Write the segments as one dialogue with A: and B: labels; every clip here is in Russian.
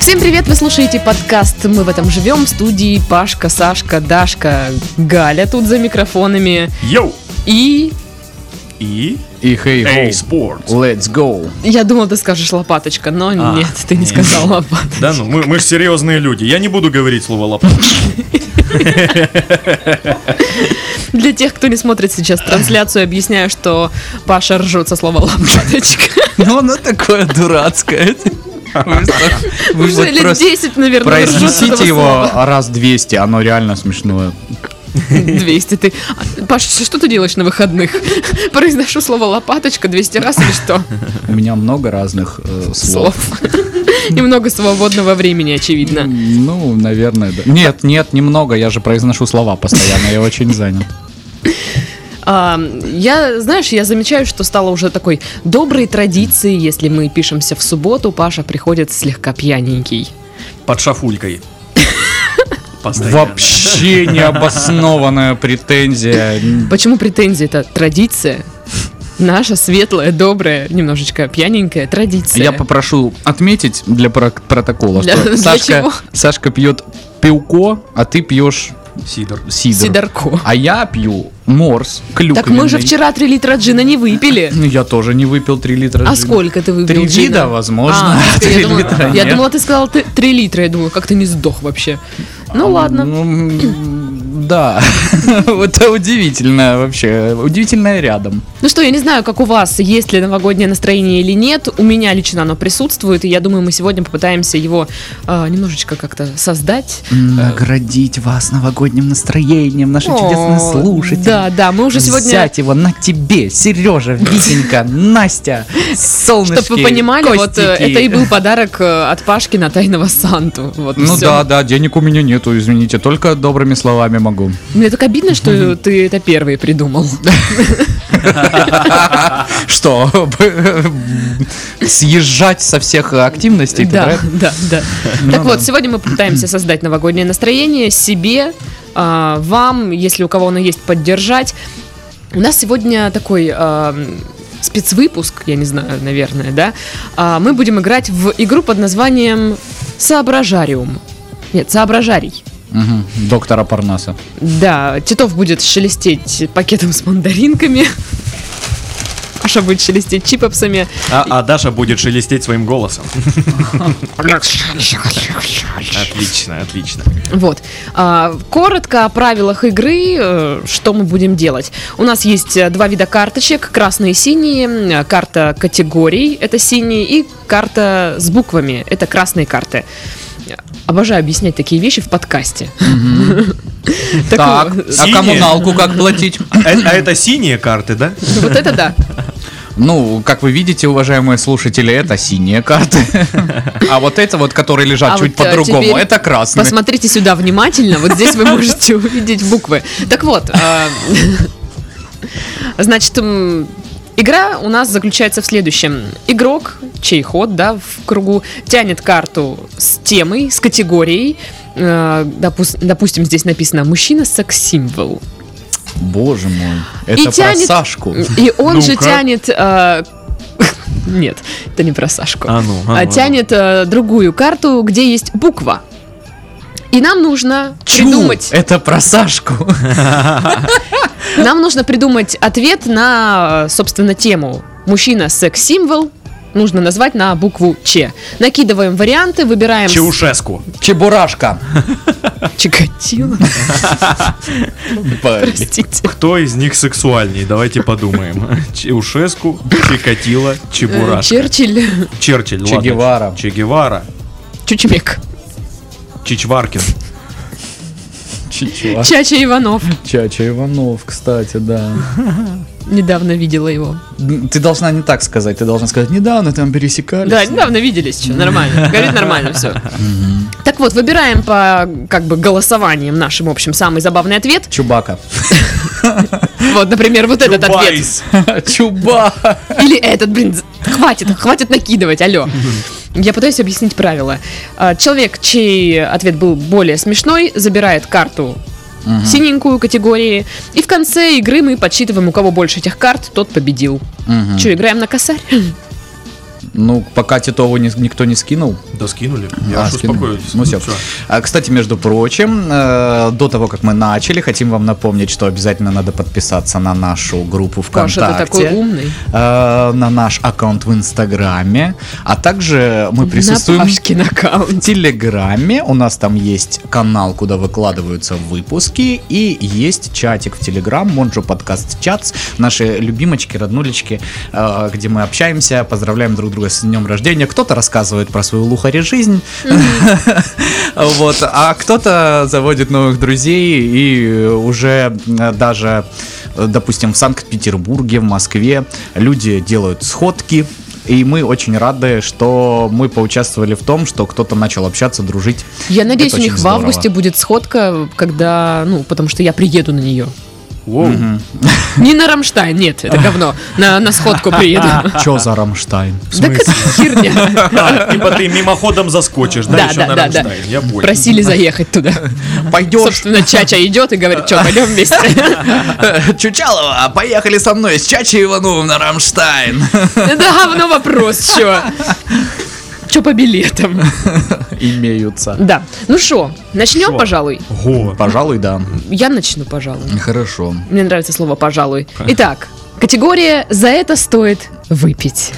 A: Всем привет! Вы слушаете подкаст «Мы в этом живем» в студии Пашка, Сашка, Дашка, Галя тут за микрофонами
B: Йоу!
A: и...
B: И...
C: И хей
B: Эй,
C: ho,
B: спорт!
C: let's go.
A: Я думал, ты скажешь лопаточка, но
B: А,
A: нет, ты не
B: нет.
A: сказал лопаточка.
B: Да ну, мы, мы же серьезные люди. Я не буду говорить слово лопата.
A: Для тех, кто не смотрит сейчас трансляцию, объясняю, что Паша ржет со слова лопаточка.
C: Ну, оно такое дурацкое. Вы что, вы
A: Уже
C: вот
A: лет
C: просто
A: 10, наверное, ржет с этого
C: Произнесите его
A: слова.
C: раз 200, оно реально смешное.
A: 200 ты. А, Паш, что ты делаешь на выходных? Произношу слово лопаточка 200 раз или что?
C: У меня много разных э,
A: Слов.
C: слов.
A: Немного свободного времени, очевидно.
C: Ну, наверное, да. Нет, нет, немного, я же произношу слова постоянно, я очень занят.
A: А, я, знаешь, я замечаю, что стало уже такой доброй традицией, если мы пишемся в субботу, Паша приходит слегка пьяненький.
B: Под шафулькой. Постоянно.
C: Вообще необоснованная претензия.
A: Почему претензии? Это традиция. Наша светлая, добрая, немножечко пьяненькая традиция.
C: Я попрошу отметить для про- протокола,
A: Для- для
C: что Сашка,
A: чего?
C: Сашка пьет пивко, а ты пьешь
B: Сидор.
C: сидр.
A: Сидорко.
C: А я пью морс, клюквенный.
A: Так мы же вчера 3 литра джина не выпили.
C: Ну, я тоже не выпил 3 литра
A: А
C: джина.
A: сколько ты выпил
C: Три
A: джина?
C: вида, возможно.
A: А,
C: Три
A: я, думала,
C: литра,
A: я
C: нет.
A: думала, ты сказал 3 литра. Я думаю, как ты не сдох вообще. Ну ладно.
C: Ну, м, да. Вот это удивительно вообще. Удивительное рядом.
A: Ну что, я не знаю, как у вас, есть ли новогоднее настроение или нет. У меня лично оно присутствует, и я думаю, мы сегодня попытаемся его э, немножечко как-то создать.
C: Наградить вас новогодним настроением, наши
A: О,
C: чудесные слушатели.
A: Да, да, мы уже сегодня,
C: Взять его на тебе, Сережа, Витенька, Настя, солнышки,
A: чтобы вы понимали, вот э,
C: костики.
A: это и был подарок э, от Пашки на тайного Санту. Вот
C: Ну
A: всё.
C: да, да, денег у меня нету, извините, только добрыми словами могу.
A: Мне так обидно, что ты это первый придумал.
C: Что, съезжать со всех активностей?
A: Да,
C: да?
A: да, да. Так вот, сегодня мы пытаемся создать новогоднее настроение себе, а, вам, если у кого оно есть, поддержать. У нас сегодня такой а, м, спецвыпуск, я не знаю, наверное, да. А, Мы будем играть в игру под названием Соображариум. Нет, Соображарий.
C: Мгм, Доктора Парнаса.
A: Да, Титов будет шелестеть пакетом с мандаринками. Паша будет шелестеть чипопсами.
B: А, а Даша будет шелестеть своим голосом. Отлично, отлично.
A: Вот. А, Коротко о правилах игры, э, что мы будем делать. У нас есть э, два вида карточек, красные и синие. М, Карта категорий, это синие, и карта с буквами, это красные карты. Обожаю объяснять такие вещи в подкасте.
C: Так,
A: вот,
C: а
B: Синие?
C: коммуналку как платить?
B: А, а это синие карты, да?
A: вот это да.
C: Ну, как вы видите, уважаемые слушатели, это синие карты. А вот это вот, которые
A: А
C: лежат чуть
A: вот, э,
C: по-другому,
A: теперь
C: это красные.
A: Посмотрите сюда внимательно, вот здесь вы можете увидеть буквы. Так вот,
C: А,
A: э, значит, м, игра у нас заключается в следующем. Игрок, чей ход, да, в кругу, тянет карту с темой, с категорией. Э, допус- допустим, здесь написано «мужчина секс-символ».
C: Боже мой, это про
A: тянет-
C: Сашку.
A: И он же
B: Ну-ка.
A: тянет... э, Нет, это не про Сашку.
B: А ну,
A: А,
B: а ну, а
A: тянет э, другую карту, где есть буква. И нам нужно придумать,
C: Чу, это про Сашку.
A: нам нужно придумать ответ на, э, собственно, тему. Мужчина секс-символ нужно назвать на букву Ч. Накидываем варианты,
B: ну.
A: выбираем с-
B: Чаушеску.
C: Чебурашка.
A: Чикатило,
C: Блин.
A: простите.
B: Кто из них сексуальней? Давайте подумаем. Чаушеску, Чикатило,
A: Э,
B: Чебурашка.
A: Черчилль,
B: Черчилль,
C: Че
B: ладно.
C: Гевара.
B: Че Гевара.
A: Чучмек,
B: Чичваркин.
C: Чичуа.
A: Чача Иванов.
C: Чача Иванов, кстати, да.
A: Недавно видела его.
C: Ты должна не так сказать, ты должна сказать, недавно там пересекались.
A: Да, недавно виделись, что нормально. Говорит, нормально все. Так вот, выбираем по как бы голосованием нашим общим самый забавный ответ.
C: Чубака.
A: Вот, например, вот этот ответ.
B: Чубайс.
C: Чуба.
A: Или этот, блин, з- хватит, хватит накидывать, алло. Я пытаюсь объяснить правила. А, Человек, чей ответ был более смешной, забирает карту синенькую категории. И в конце игры мы подсчитываем, у кого больше этих карт, тот победил. Че, играем на косарь?
C: Ну, пока Титову ни- никто не скинул.
B: Да скинули.
C: А,
B: Я аж
C: скинули.
B: успокоились.
C: Ну, все.
B: всё.
C: А, кстати, между прочим, э, до того, как мы начали, хотим вам напомнить, что обязательно надо подписаться на нашу группу ВКонтакте.
A: Паша, ты такой умный.
C: э, на наш аккаунт в Инстаграме, а также мы присутствуем
A: На Пашкин аккаунт.
C: в Телеграме. У нас там есть канал, куда выкладываются выпуски, и есть чатик в Телеграм, Монжо подкаст чат, наши любимочки, роднулечки, э, где мы общаемся, поздравляем друг друга с днем рождения. Кто-то рассказывает про свою лухари жизнь, вот, а кто-то заводит новых друзей и уже э, даже, э, допустим, в Санкт-Петербурге, в Москве люди делают сходки. И мы очень рады, что мы поучаствовали в том, что кто-то начал общаться, дружить.
A: Я надеюсь, у
C: очень
A: них в
C: здорово.
A: августе будет сходка, когда, ну, потому что я приеду на нее.
B: Воу.
A: Не на Рамштайн, нет, это говно. На, на сходку приеду.
C: Чё за Рамштайн?
B: В
A: Да
B: смысле?
A: какая херня.
B: А, типа ты мимоходом заскочишь, да,
A: Да,
B: еще
A: да,
B: на
A: да, да.
B: Рамштайн. Я понял.
A: Просили заехать туда.
C: Пойдешь,
A: Собственно, Чача идет и говорит, что, пойдем вместе.
C: Чучалова, поехали со мной с Чачи Ивановым на Рамштайн.
A: Да говно вопрос, что? Че по билетам?
C: Имеются.
A: Да. Ну что, начнем,
B: Шо?
A: пожалуй?
B: Го.
C: Пожалуй, да.
A: Я начну, пожалуй.
C: Хорошо.
A: Мне нравится слово «пожалуй». Итак, категория «За это стоит выпить».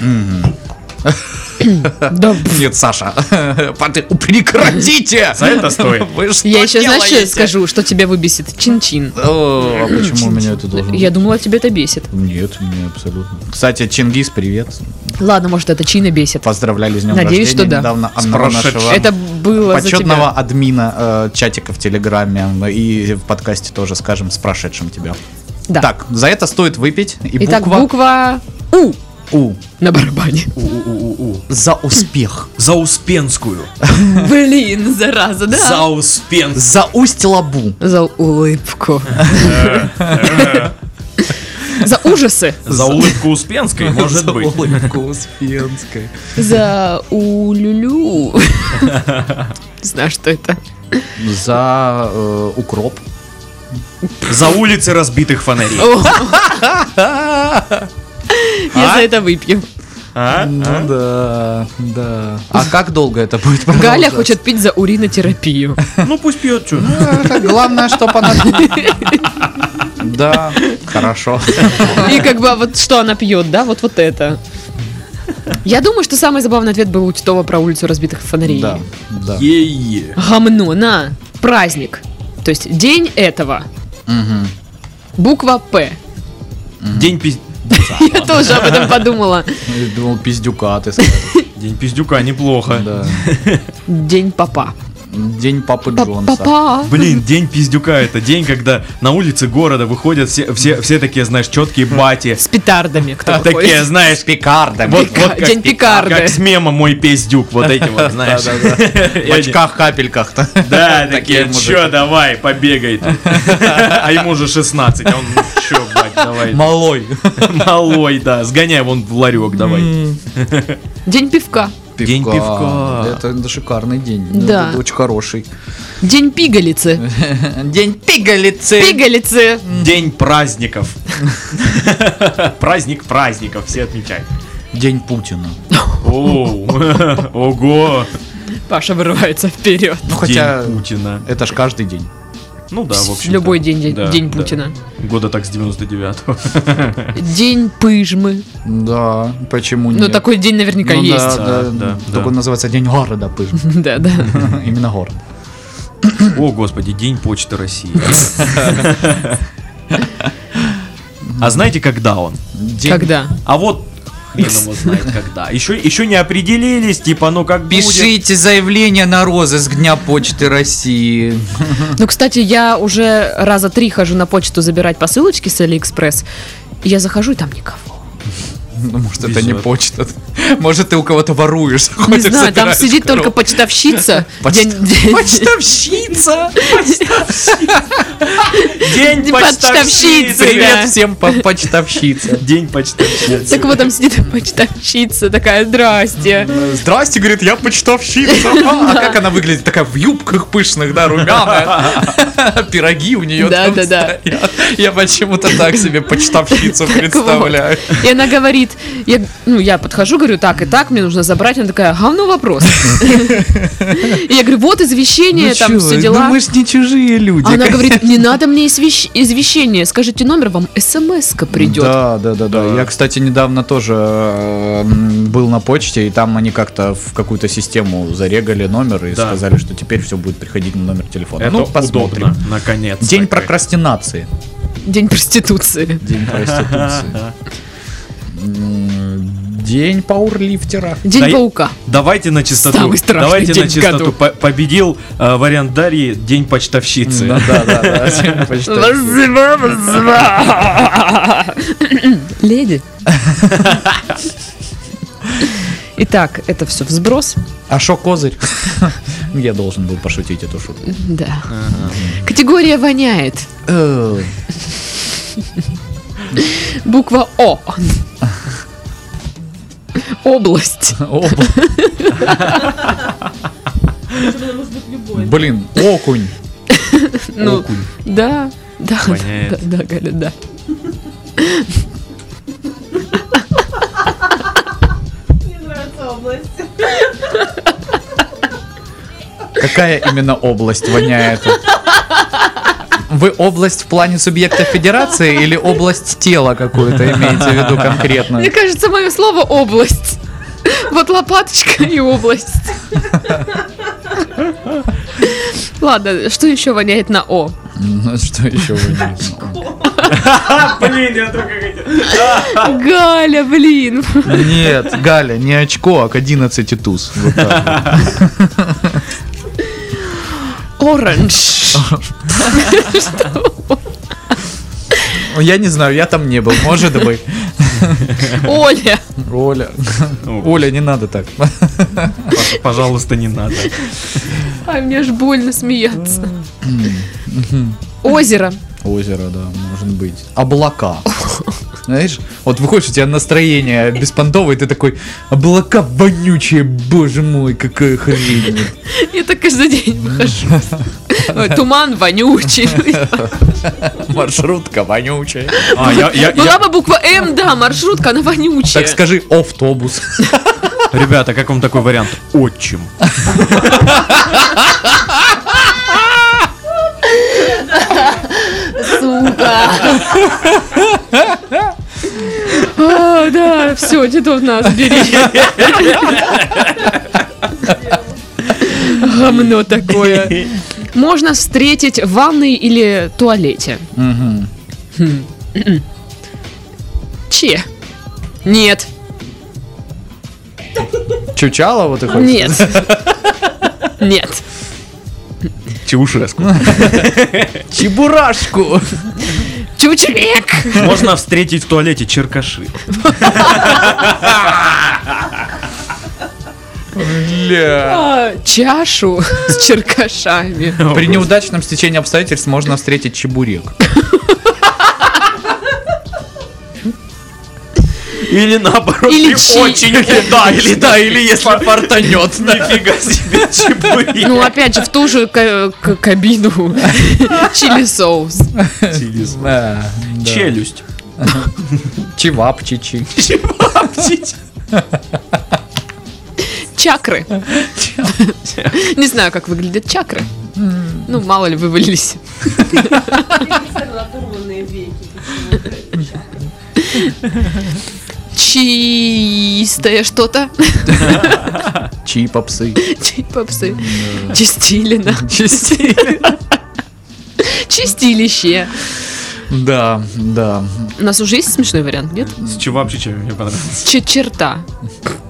A: Да, пф,
C: Нет, Саша, поты- прекратите!
B: За это стоит.
C: Вы что
A: я еще, знаешь, что я
C: делаете?
A: скажу, что тебя выбесит? Чин-чин.
C: О, а почему меня это должно
A: Я думала, тебя это бесит.
C: Нет, мне абсолютно. Кстати, Чингис, привет.
A: Ладно, может, это чина бесит.
C: Поздравляли с днем
A: Надеюсь,
C: рождения
A: что да.
C: недавно
B: С
C: одного
B: прошедшим.
C: нашего
A: Это было за тебя.
C: почетного админа э, чатика в Телеграме ну, и в подкасте тоже скажем с прошедшим тебя.
A: Да.
C: Так, за это стоит выпить. И
A: Итак,
C: буква
A: буква «У»
C: У.
A: на барабане.
B: У-у-у-у-у.
C: За успех.
B: За Успенскую.
A: Блин, зараза,
B: За Успенскую.
C: За усть лабу.
A: За улыбку. За ужасы.
B: За улыбку Успенской, может быть.
C: Успенской.
A: За улюлю. Не знаю, что это.
C: За э, укроп.
B: За улицы разбитых фонарей.
A: Я за это выпью.
B: А?
C: Ну да, да. А как долго это будет
A: Галя
C: продолжаться?
A: хочет пить за уринотерапию.
B: Ну пусть пьет, что.
C: Это главное, что она... Да, хорошо.
A: И как бы а вот что она пьет, да? Вот вот это. Я думаю, что самый забавный ответ был у Титова про улицу разбитых фонарей.
C: Да, да.
B: Е-е.
A: Гомно на праздник. То есть день этого.
C: Мгм.
A: Буква П.
B: День пиз-
A: Я тоже об этом подумала.
C: Я Ну, Думал, пиздюка ты сказал.
B: День пиздюка, неплохо.
C: Да.
A: День папа.
C: День папы Джонса.
A: Папа.
B: Блин, день пиздюка это день, когда на улице города выходят все, все, все такие, знаешь, четкие бати.
A: С петардами кто
B: Такие,
A: ходит.
B: знаешь,
C: пикардом.
B: вот, вот как,
A: День пикарды.
B: как с мема мой пиздюк, вот эти вот, знаешь.
C: В очках капельках-то.
B: Да, такие,
C: мужики.
B: чё, давай, побегай. тут». А ему уже 16, а он, «Ну чё, бать, давай.
C: Малой.
B: Малой, да, сгоняй вон в ларек, давай.
A: День пивка.
B: День пивка.
C: Это да, шикарный день. Ну,
A: Да.
C: Это Очень хороший.
A: День пигалицы.
C: День пигалицы.
A: Пигалицы.
B: День праздников. Праздник праздников, все отмечают.
C: День Путина. Ну,
B: Оу, ого.
A: Паша вырывается вперед.
C: Ну хотя,
B: День Путина.
C: это ж каждый день.
B: Ну да, в общем.
A: Любой день, день, день Путина.
B: Года так с 99-го.
A: День пыжмы.
C: Да, почему нет?
A: Ну, такой день наверняка
C: Ну
A: есть.
C: Да, да,
B: Да, да.
C: Только он называется День города Пыжма.
A: Да, да.
C: Именно город.
B: О, господи, День Почты России. А знаете, когда он?
C: День
A: Когда?
B: А вот хрен его знает когда. Еще, еще не определились, типа, ну как будет.
C: Пишите заявление на розыск Дня Почты России.
A: Ну, кстати, я уже раза три хожу на почту забирать посылочки с Алиэкспресс. И Я захожу, и там никого.
C: Ну, может, это
B: Везет.
C: не почта. Может, ты у кого-то воруешь.
A: Не
C: заходишь,
A: знаю, там
C: забираешь
A: сидит
C: коробку.
A: только почтовщица.
C: Почта-
A: День- день-
C: Почтовщица!
B: День
A: почтовщицы,
C: Привет
A: Да.
C: всем по- почтовщице.
B: День почтовщицы.
A: Так вот, а там сидит почтовщица такая, здрасте.
C: Здрасте, говорит, я почтовщица. А а как она выглядит? Такая в юбках пышных, да, румяная. Пироги у нее
A: Да,
C: там
A: да, да.
C: стоят. Я почему-то так себе почтовщицу
A: Так вот.
C: представляю.
A: И она говорит, Я, ну, я подхожу, говорю, так и так, мне нужно забрать. Она такая, говно вопрос. И я говорю, вот извещение, там все дела.
C: Ну
A: А
C: мы ж не чужие люди.
A: Она говорит, не надо мне извещ- извещение, скажите номер, вам смс-ка придет.
C: Да, да, да, да.
B: Да.
C: Я, кстати, недавно тоже э, м, был на почте, и там они как-то в какую-то систему зарегали номер и
B: Да.
C: сказали, что теперь все будет приходить на номер телефона.
B: Это
C: ну, посмотрим.
B: удобно, наконец.
C: День прокрастинации.
A: День проституции.
C: День проституции. М, День пауэрлифтера.
B: Да
A: День
B: я-
A: паука.
B: Давайте на чистоту.
A: Самый страшный
B: Давайте
A: день
B: на
A: в
B: чистоту.
A: году.
B: По- Победил э, вариант Дарьи День почтовщицы.
C: Да, да, да, да, день почтовщика.
A: Леди. Итак, это все взброс.
C: А шо козырь? Я должен был пошутить эту шутку.
A: Да. Категория воняет.
C: Э,
A: Буква О. Область.
C: обла- Блин, окунь.
A: Ну,
B: Окунь.
A: Да, да, да,
B: Воняет.
A: да, Галя, да.
D: Мне нравится область.
C: Какая именно область воняет? Вы область в плане субъекта федерации или область тела какую-то имеете в виду конкретно?
A: Мне кажется, мое слово область. Вот лопаточка и область. Ладно, что еще воняет на О?
C: Ну, Что еще воняет?
B: Блин, я только хотел.
A: Галя, блин.
C: Нет, Галя, не очко, а к 11 туз. Вот так вот.
A: Оранж.
C: Ну, Я не знаю, я там не был, может быть.
A: Оля.
C: Оля,
B: Ну,
C: Оля, не надо так.
B: пож- Пожалуйста, не надо.
A: Ай, А, мне аж больно смеяться. Озеро.
C: Озеро, да, может быть. Облака. Знаешь, вот выходишь, у тебя настроение беспонтовое, ты такой, облака вонючие, боже мой, какая хрень.
A: Я так каждый день выхожу. Ой, Туман вонючий.
C: Маршрутка вонючая.
B: А, я, я- я-
A: Была бы буква М, да, маршрутка, она вонючая.
C: Так скажи, автобус.
B: Ребята, как вам такой вариант? Отчим.
A: Сука. А, да, все, дедов нас бери. Гомно такое. Можно встретить в ванной или туалете. Че? Нет.
C: Чучалова ты хочешь?
A: Нет. Нет.
B: Чеушеску.
C: Чебурашку.
A: Чучелек!
B: Можно встретить в туалете черкаши.
C: Бля.
A: А, Чашу с черкашами.
C: При неудачном стечении обстоятельств можно встретить чебурек.
B: Или наоборот,
A: Или
B: ты
A: чи-
B: очень удачно.
C: или если портанет.
B: Нифига себе, чебурек.
A: Ну, опять же, в ту же ка- к- кабину чили соус.
C: Э,
B: Через- Челюсть.
C: Чевапчичи.
A: Чакры. Не знаю, как выглядят чакры. Ну, мало ли, вывалились.
D: Оторванные веки.
A: Чистое что-то.
C: Чипопсы.
A: Чипопсы. Чистилина. Чистилище.
C: Да, да.
A: У нас уже есть смешной вариант, нет?
B: С чевапчичами мне понравилось.
A: Че- Черта.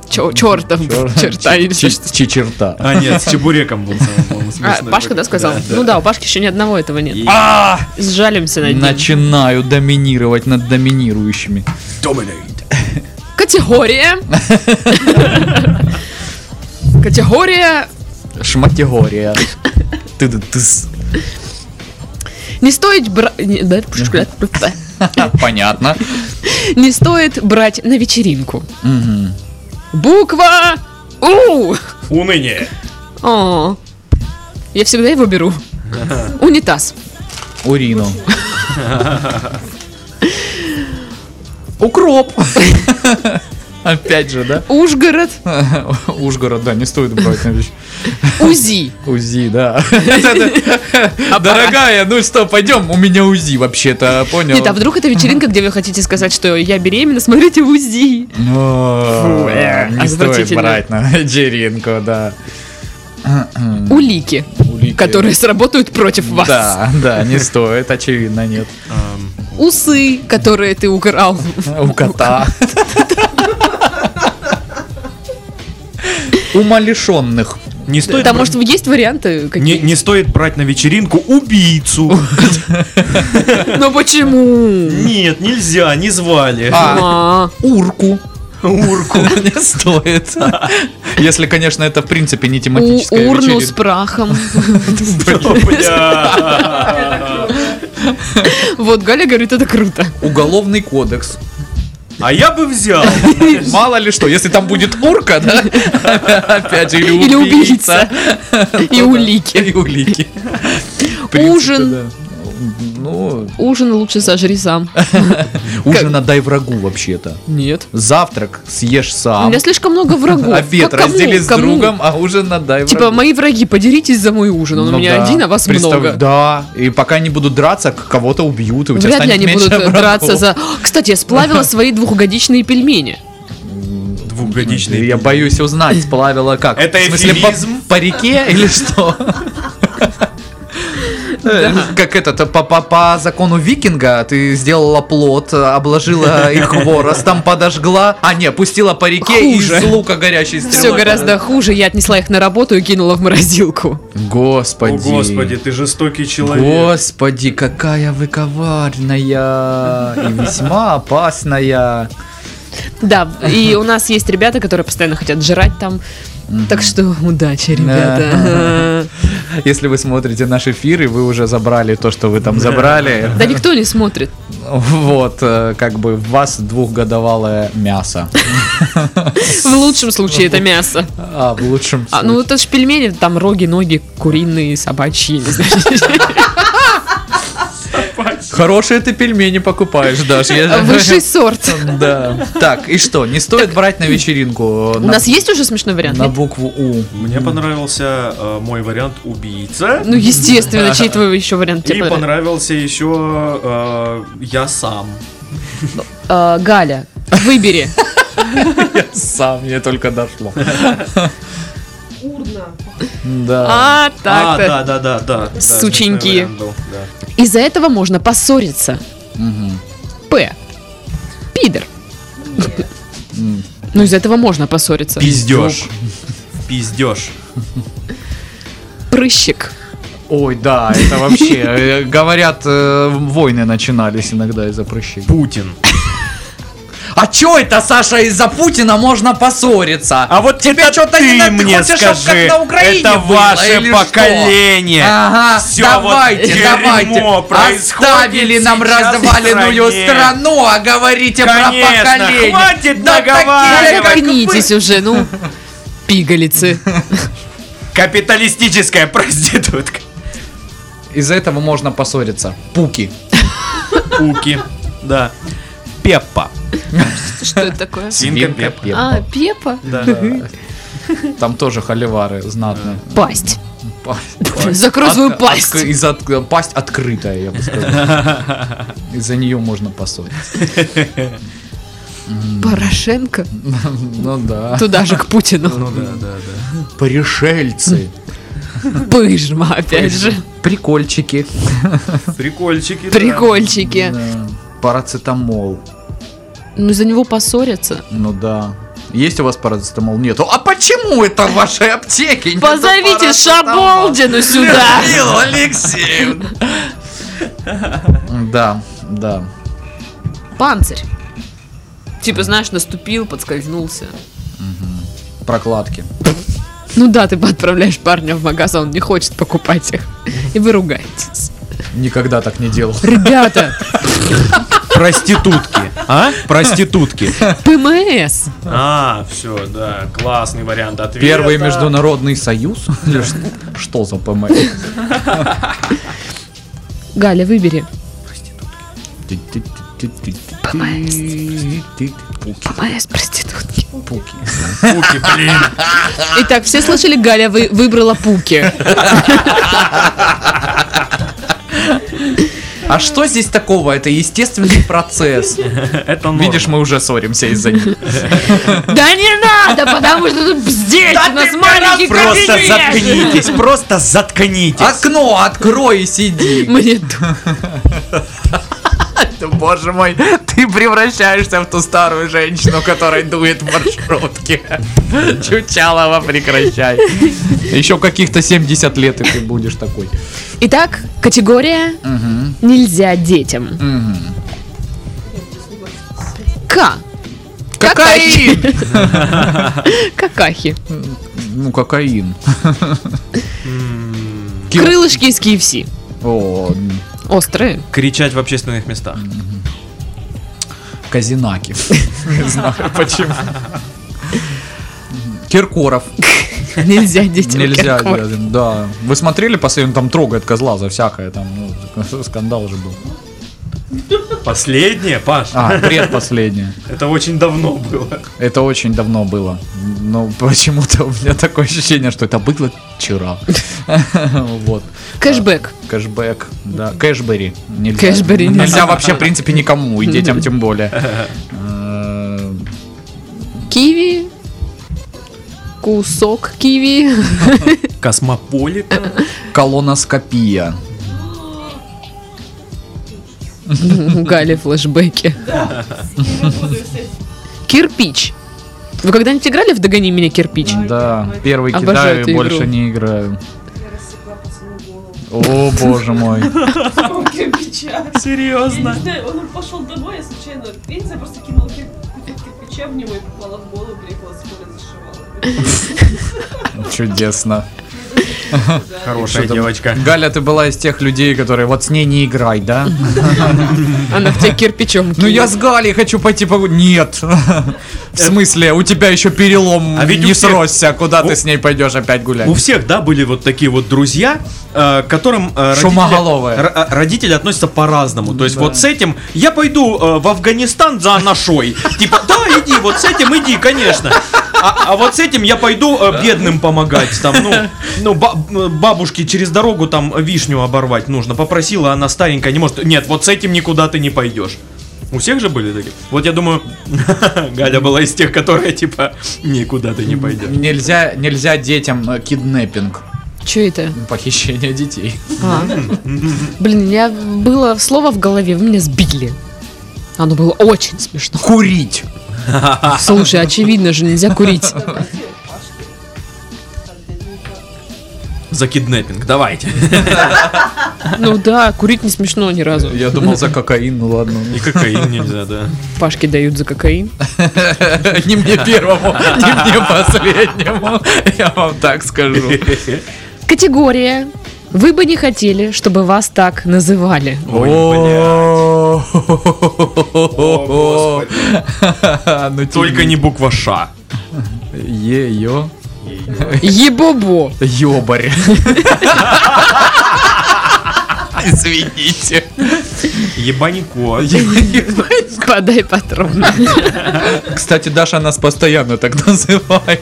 A: Чертов. Черта. или что-то.
C: Чи- Чичерта.
B: А, нет, с чебуреком был самый, по-моему,
A: А,
B: смешной.
A: Пашка, да, сказал? Ну да, у Пашки еще ни одного этого нет.
B: И-
C: А!
A: Сжалимся над ним.
C: Начинаю доминировать над доминирующими.
B: Dominate.
A: Категория. Категория
C: Шматегория. Ты-ты-тыс.
A: не стоит брать... Не
C: Понятно.
A: стоит брать на вечеринку. Буква У.
B: Уныние.
A: О. Я всегда его беру. Унитаз.
C: Урино. Укроп. Опять же, да?
A: Ужгород,
C: Ужгород, да, не стоит брать на вещь.
A: УЗИ.
C: УЗИ, да. А, Дорогая, ну что, пойдем, у меня УЗИ вообще-то, понял?
A: Нет, а вдруг это вечеринка, где вы хотите сказать, что я беременна, смотрите УЗИ.
C: Ну,
A: Фу, э,
C: Не стоит
A: отвратительно.
C: брать на вечеринку, да.
A: Улики,
C: Улики.
B: Э,
A: которые сработают против вас.
C: Да, да, не стоит, очевидно, нет.
B: Эм,
A: Усы, которые ты украл.
C: У кота. Умалишенных.
B: Не стоит
A: Там,
B: брать-
A: может, есть варианты
B: не,
A: какие
B: не стоит брать на вечеринку убийцу.
A: Но почему?
B: Нет, нельзя, не звали.
C: А,
A: А,
C: урку.
B: Урку.
C: Не стоит. Если, конечно, это в принципе не
A: у-
C: тематическая
A: урну с
C: вечеринка.
A: прахом.
B: Бля.
A: Вот Галя говорит, это круто.
C: Уголовный кодекс.
B: А я бы взял.
C: Мало ли что, если там будет урка, да? Опять же, или убийца.
A: Или убийца. И
C: Ну да,
A: улики.
C: И улики. В
A: Ужин.
C: да. Ну,
A: Ужин лучше сожри сам.
C: ужин отдай врагу вообще-то.
A: Нет.
C: Завтрак съешь
A: У
C: сам.
A: меня слишком много врагов. Ну,
C: Обед
A: Как- кому-
C: А раздели с
A: кому?
C: другом, а ужин отдай
A: Типа,
C: врагу.
A: мои враги, подеритесь за мой ужин. Он
C: Ну
A: у меня
C: да.
A: один, а вас
C: Представь-
A: много.
C: Да, и пока они будут драться, к- кого-то убьют, и у тебя
A: Вряд ли
C: станет
A: они
C: меньше
A: будут э,
C: врагов.
A: драться за... Кстати, я сплавила свои двухгодичные пельмени.
B: Двухгодичный.
C: Я боюсь узнать, сплавила как.
B: Это
C: в смысле, по,
B: эфемизм?
C: по реке или что? Э, Как это, то по, по- по закону викинга ты сделала плод, обложила их хворостом, подожгла, а не, пустила по реке
A: Хуже.
C: и из лука горящей стрелой.
A: Все гораздо хуже. Я отнесла их на работу и кинула в морозилку.
C: Господи.
B: О, господи, ты жестокий человек.
C: Господи, какая вы коварная и весьма опасная.
A: Да, и у нас есть ребята, которые постоянно хотят жрать там. Так что удачи, ребята.
C: Если вы смотрите наш эфир и вы уже забрали то, что вы там забрали,
A: Да никто не смотрит.
C: вот, э, как бы в вас двухгодовалое мясо.
A: В лучшем случае это мясо.
C: А, в лучшем
A: А, ну
C: случае.
A: это ж пельмени, там роги, ноги, куриные, собачьи. не знаю.
C: Хорошие ты пельмени покупаешь, Даша. я-
A: Высший сорт.
C: Да. Так, и что, не стоит брать на вечеринку?
A: У нас есть уже смешной вариант?
C: На
A: нет?
C: букву У.
B: Мне понравился э, мой вариант убийца.
A: Ну, естественно, чей твой еще вариант
B: И
C: типа,
A: тебе понравился?
B: понравился еще э, я сам.
A: А, Галя, выбери.
C: Сам мне только дошло.
D: Урна.
C: Да.
A: А,
B: а,
A: так-то.
B: да, да, да, да. да,
A: Сученьки.
B: смешной вариант был, да.
A: Из-за этого можно поссориться. П. Пидор. Ну, из-за этого можно поссориться.
B: Пиздеж. Пиздеж.
A: Прыщик.
C: Ой, да, это вообще, э, говорят, э, войны начинались иногда из-за прыщей.
B: Путин.
C: А чё это, Саша, из-за Путина можно поссориться? А вот тебе что-то не на- ты хочешь, чтоб как на Украине было, или что? Ага,
B: Всё
C: давайте,
B: вот дерьмо
C: давайте.
B: происходит
C: Оставили нам
B: сейчас в
C: разваленную
B: стране.
C: страну, а говорите
B: Конечно,
C: про поколение.
B: хватит
C: Да такие, А, как
A: Заткнитесь уже, ну. Пигалицы.
B: Капиталистическая проститутка.
C: вы. Из-за этого можно поссориться. Пуки.
B: Пуки. Да. Пеппа.
A: Что это такое?
B: Свинка
C: Свинка
B: Пеппа.
C: Пеппа.
A: А, Пепа.
B: Да.
A: А.
C: Там тоже холивары знатные.
A: Пасть.
C: Пасть.
A: Закрой свою
C: Отк-
A: пасть.
C: отк- из-за отк- пасть открытая, я бы сказал. Из-за нее можно поссориться.
A: Порошенко.
C: Ну да.
A: Туда же, к Путину.
B: Ну да, да, да.
C: Пришельцы.
A: Пыжма, опять же.
C: Прикольчики.
B: Прикольчики. да.
A: Прикольчики.
C: Да. Парацетамол.
A: Ну, из-за него поссорятся.
C: Ну да. Есть у вас парацетамол? Нету. А почему это в вашей аптеке? нету
A: Позовите
C: парацетамола?
A: Шаболдину сюда.
C: Людмила Алексеевна. Да, да.
A: Панцирь. Типа, знаешь, наступил, подскользнулся.
C: Прокладки.
A: Ну да, ты отправляешь парня в магазин, он не хочет покупать их. И вы ругаетесь.
C: Никогда так не делал.
A: Ребята,
B: Проститутки. А? Проститутки.
A: ПМС.
B: А, все, да. Классный вариант ответа.
C: Первый международный союз? Или ш- Что за ПМ?
A: Галя, выбери. Мамаев проститутки.
C: Пуки.
B: Пуки, блин.
A: Итак, все слышали, Галя вы, выбрала пуки.
C: А что здесь такого? Это естественный процесс.
B: Это норма.
C: Видишь, мы уже ссоримся из-за них.
A: Да не надо, потому что тут бздеть, у нас маленький
E: Просто
A: кабинет.
E: заткнитесь, просто заткнитесь.
C: Окно открой и сиди.
A: Мне ду-
C: Да, Боже мой, ты превращаешься в ту старую женщину, которая дует в маршрутке. Чучалова, прекращай. Еще каких-то 70 лет, и ты будешь такой.
A: Итак, категория «Нельзя детям». К. Какахи.
C: Кокаин!
A: Какахи.
C: Ну, кокаин. Кил-
A: Крылышки из KFC.
C: О, м,
A: Острые.
B: Кричать в общественных местах.
C: казинаки. Не знаю, почему. Киркоров.
A: Нельзя детям.
C: Нельзя,
A: Киркоров.
C: да, да. Вы смотрели последний, там трогает козла за всякое, там ну, скандал же был.
B: Последнее, Паш,
C: А, предпоследнее.
B: это очень давно было.
C: Это очень давно было. Но почему-то у меня такое ощущение, что это было вчера. Вот.
A: Кэшбэк.
C: Кэшбэк. Да. Кэшбэри. Нельзя.
A: Кэшбэри нельзя.
C: Нельзя вообще, в принципе, никому, и детям тем более. Э,
A: Киви. Кусок киви.
B: Космополитен?
C: Колоноскопия.
A: У Гали флешбеки.
D: Не буду всех
A: Кирпич. Вы когда-нибудь играли в «Догони меня, кирпич»?
C: Да, первый
A: Обожаю
C: кидаю
A: эту
C: и больше
A: игру.
C: не играю.
D: рассекла пацану голову.
C: О, боже мой.
D: Ком кирпича. Я
B: Серьезно?
D: не знаю, он пошел домой, я случайно, я не знаю, просто кинул кир- кусок кирпича в него и попала в голову, приехала скоро зашивала.
C: Чудесно.
B: Хорошая девочка.
C: Галя, ты была из тех людей, которые вот с ней не играй, да?
A: Она в тебя кирпичом
C: Ну я
A: кинет.
C: с Галей хочу пойти погу- Нет. В смысле, у тебя еще перелом
B: А ведь у
C: не
B: всех-
C: сросся, куда
B: у-
C: ты с ней пойдешь опять гулять.
B: У всех, да, были вот такие вот друзья, э, к которым э, родители-
C: Шумоголовые.
B: р- э, родители относятся по-разному. То есть вот с этим я пойду э, в Афганистан за анашой. Типа, да, иди, вот с этим иди, конечно. А, а вот с этим я пойду э, бедным помогать. Там, ну, ну ба- э, бабушке через дорогу там вишню оборвать нужно. Попросила, она старенькая, не может. Нет, вот с этим никуда ты не пойдешь. У всех же были такие? Вот я думаю, Галя была из тех, которые типа никуда ты не пойдешь.
C: Нельзя, нельзя детям э, киднеппинг,
A: Че это?
C: похищение детей.
A: А. Блин, у меня было слово в голове, вы меня сбили. Оно было очень смешно.
C: Курить.
A: Слушай, очевидно же, нельзя курить.
B: За киднеппинг, давайте.
A: Ну да, курить не смешно ни разу.
C: Я думал за кокаин, ну ладно.
B: И кокаин нельзя, да.
A: Пашки дают за кокаин.
C: Не мне первому, не мне последнему. Я вам так скажу.
A: Категория. Вы бы не хотели, чтобы вас так называли.
C: О, Ну,
B: Только не буква Ш.
C: Е-ё.
A: Ебобо.
C: Ёбарь. Извините.
B: Ебанико.
A: Подай патрон.
C: Кстати, Даша нас постоянно так называет.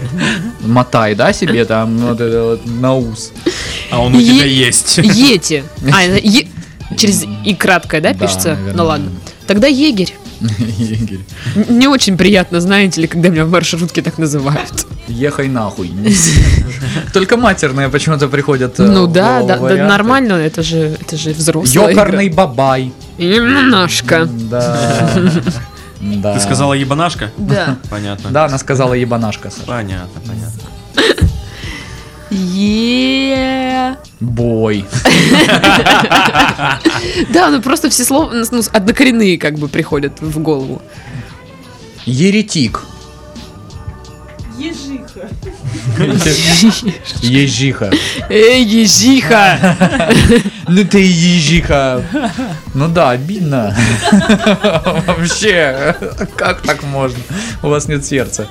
C: Мотай, да, себе там вот это вот на ус.
B: А он у
A: Е-
B: тебя есть.
A: Ети. А, это е- через и краткое, да,
C: Да,
A: пишется?
C: наверное.
A: Ну ладно. Тогда егерь.
C: Игорь,
A: Н- Не очень приятно, знаете ли, когда меня в маршрутке так называют.
C: Ехай нахуй. Только матерные почему-то приходят. э,
A: Ну
C: в
A: да,
C: голову
A: да, да,
C: варианты.
A: нормально, это же, это же взрослый.
C: Ёкарный бабай.
A: Немножко.
C: Да. Да.
B: Ты сказала ебанашка?
A: Да.
B: Понятно.
C: Да, она сказала ебанашка, Саша.
B: Понятно, понятно.
A: Е.
C: Бой.
A: Да, ну просто все слова ну, однокоренные как бы приходят в голову.
C: Еретик.
D: Ежиха.
C: Ежиха.
A: Эй, ежиха!
C: Ну ты и ежиха. Ну да, обидно. Вообще, как так можно? У вас нет сердца.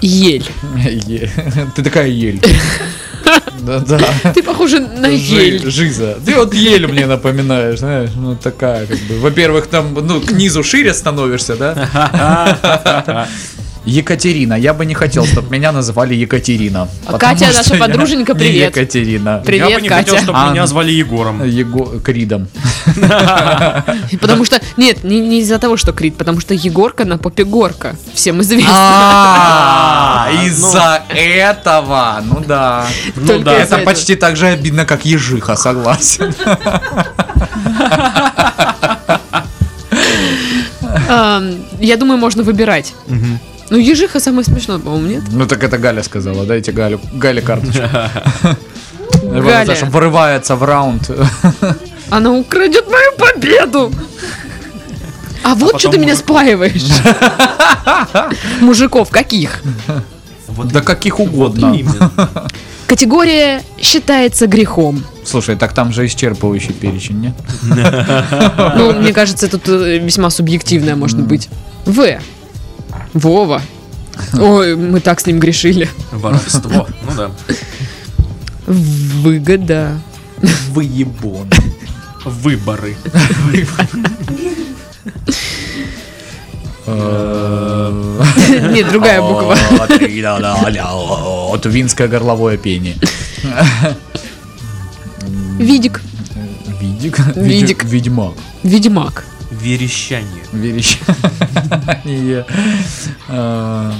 A: Ель.
C: Е- Ты такая ель.
F: Да, да.
A: Ты похожа на ель.
F: Жи- Жиза. Ты вот ель мне напоминаешь, знаешь, ну такая как бы. Во-первых, там, ну, к низу шире становишься, да?
C: Екатерина. Я бы не хотел, чтобы меня называли Екатерина.
A: А
C: Потому
A: Катя,
C: что
A: наша
C: я
A: подруженька,
C: не
A: привет.
C: Екатерина.
A: Привет,
B: Я бы не хотел,
A: Катя.
B: чтобы
C: А,
B: меня
C: ну.
B: звали Егором.
C: Его Кридом.
A: Потому что, нет, не, не из-за того, что Крид, потому что Егорка на попе горка. Всем известно.
C: А, из-за этого. Ну да.
A: Только
B: да.
A: из-за
C: Это
A: этого.
C: почти так же обидно, как ежиха, согласен.
A: Ам, Я думаю, можно выбирать. Ну, ежиха самое смешное, по-моему, нет?
C: Ну так это Галя сказала, дайте Галю, Гале карточку. Вот
A: Галя.
C: Наташа врывается в раунд.
A: Она украдет мою победу! А вот что ты меня спаиваешь. Мужиков каких?
C: Да каких
B: Вот
C: угодно.
B: именно.
A: Категория считается грехом.
C: Слушай, так там же исчерпывающий перечень, нет?
A: Ну, мне кажется, тут э, весьма субъективное может быть. В. Вова. Ой, мы так с ним грешили.
B: Воровство. Ну да.
A: Выгода.
C: Выебон.
B: Выборы.
C: Э,
A: Нет, другая буква.
C: Вот винское горловое пение.
A: Видик.
C: Видик.
A: Видик.
C: Ведьмак.
A: Ведьмак.
B: Верещание.
C: Верещание. Э,